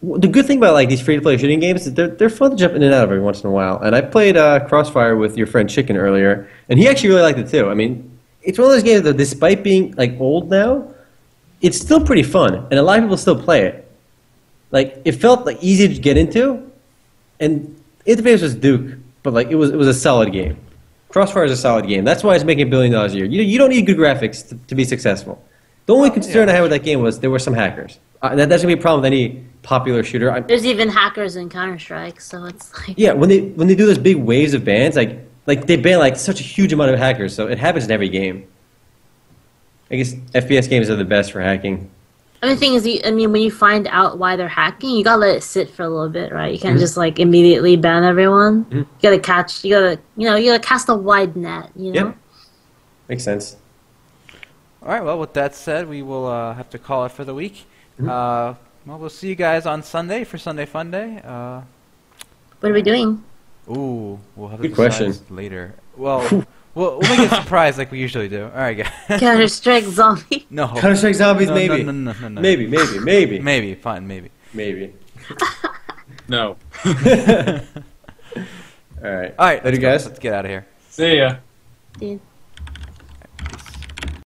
S3: w- the good thing about like these free to play shooting games is they're, they're fun to jump in and out of every once in a while. And I played uh, Crossfire with your friend Chicken earlier, and he actually really liked it too. I mean, it's one of those games that despite being like old now, it's still pretty fun, and a lot of people still play it. Like it felt like easy to get into, and interface was Duke, but like it was it was a solid game. Crossfire is a solid game. That's why it's making a billion dollars a year. You, you don't need good graphics to, to be successful. The only concern I had with that game was there were some hackers. Uh, that, that's gonna be a problem with any popular shooter. I,
S4: There's even hackers in Counter Strike, so it's like
S3: yeah, when they when they do those big waves of bans, like like they ban like such a huge amount of hackers, so it happens in every game. I guess FPS games are the best for hacking.
S4: I mean, the thing is, you, I mean, when you find out why they're hacking, you gotta let it sit for a little bit, right? You
S3: Mm-hmm.
S4: can't just like immediately ban everyone. You gotta catch. You gotta, you know, you gotta cast a wide net. You know.
S3: Yep. Makes sense.
S1: All right. Well, with that said, we will uh, have to call it for the week.
S3: Mm-hmm.
S1: Uh, well, we'll see you guys on Sunday for Sunday Fun Day. Uh,
S4: What are we doing?
S1: ooh, we'll have to
S3: Good question.
S1: decide later. Well, we'll, we'll make it a surprise like we usually do. All right, guys.
S4: Counter Strike Zombie.
S1: (laughs)
S4: (laughs)
S1: no.
S3: Counter Strike Zombies,
S1: No,
S3: maybe.
S1: No, no, no, no, no.
S3: Maybe, maybe, maybe, maybe,
S1: Maybe. Fine. Maybe.
S2: (laughs) No.
S3: All right.
S1: All right.
S3: Later,
S1: let's go.
S3: guys.
S1: Let's get out of here.
S2: See ya.
S4: Dude.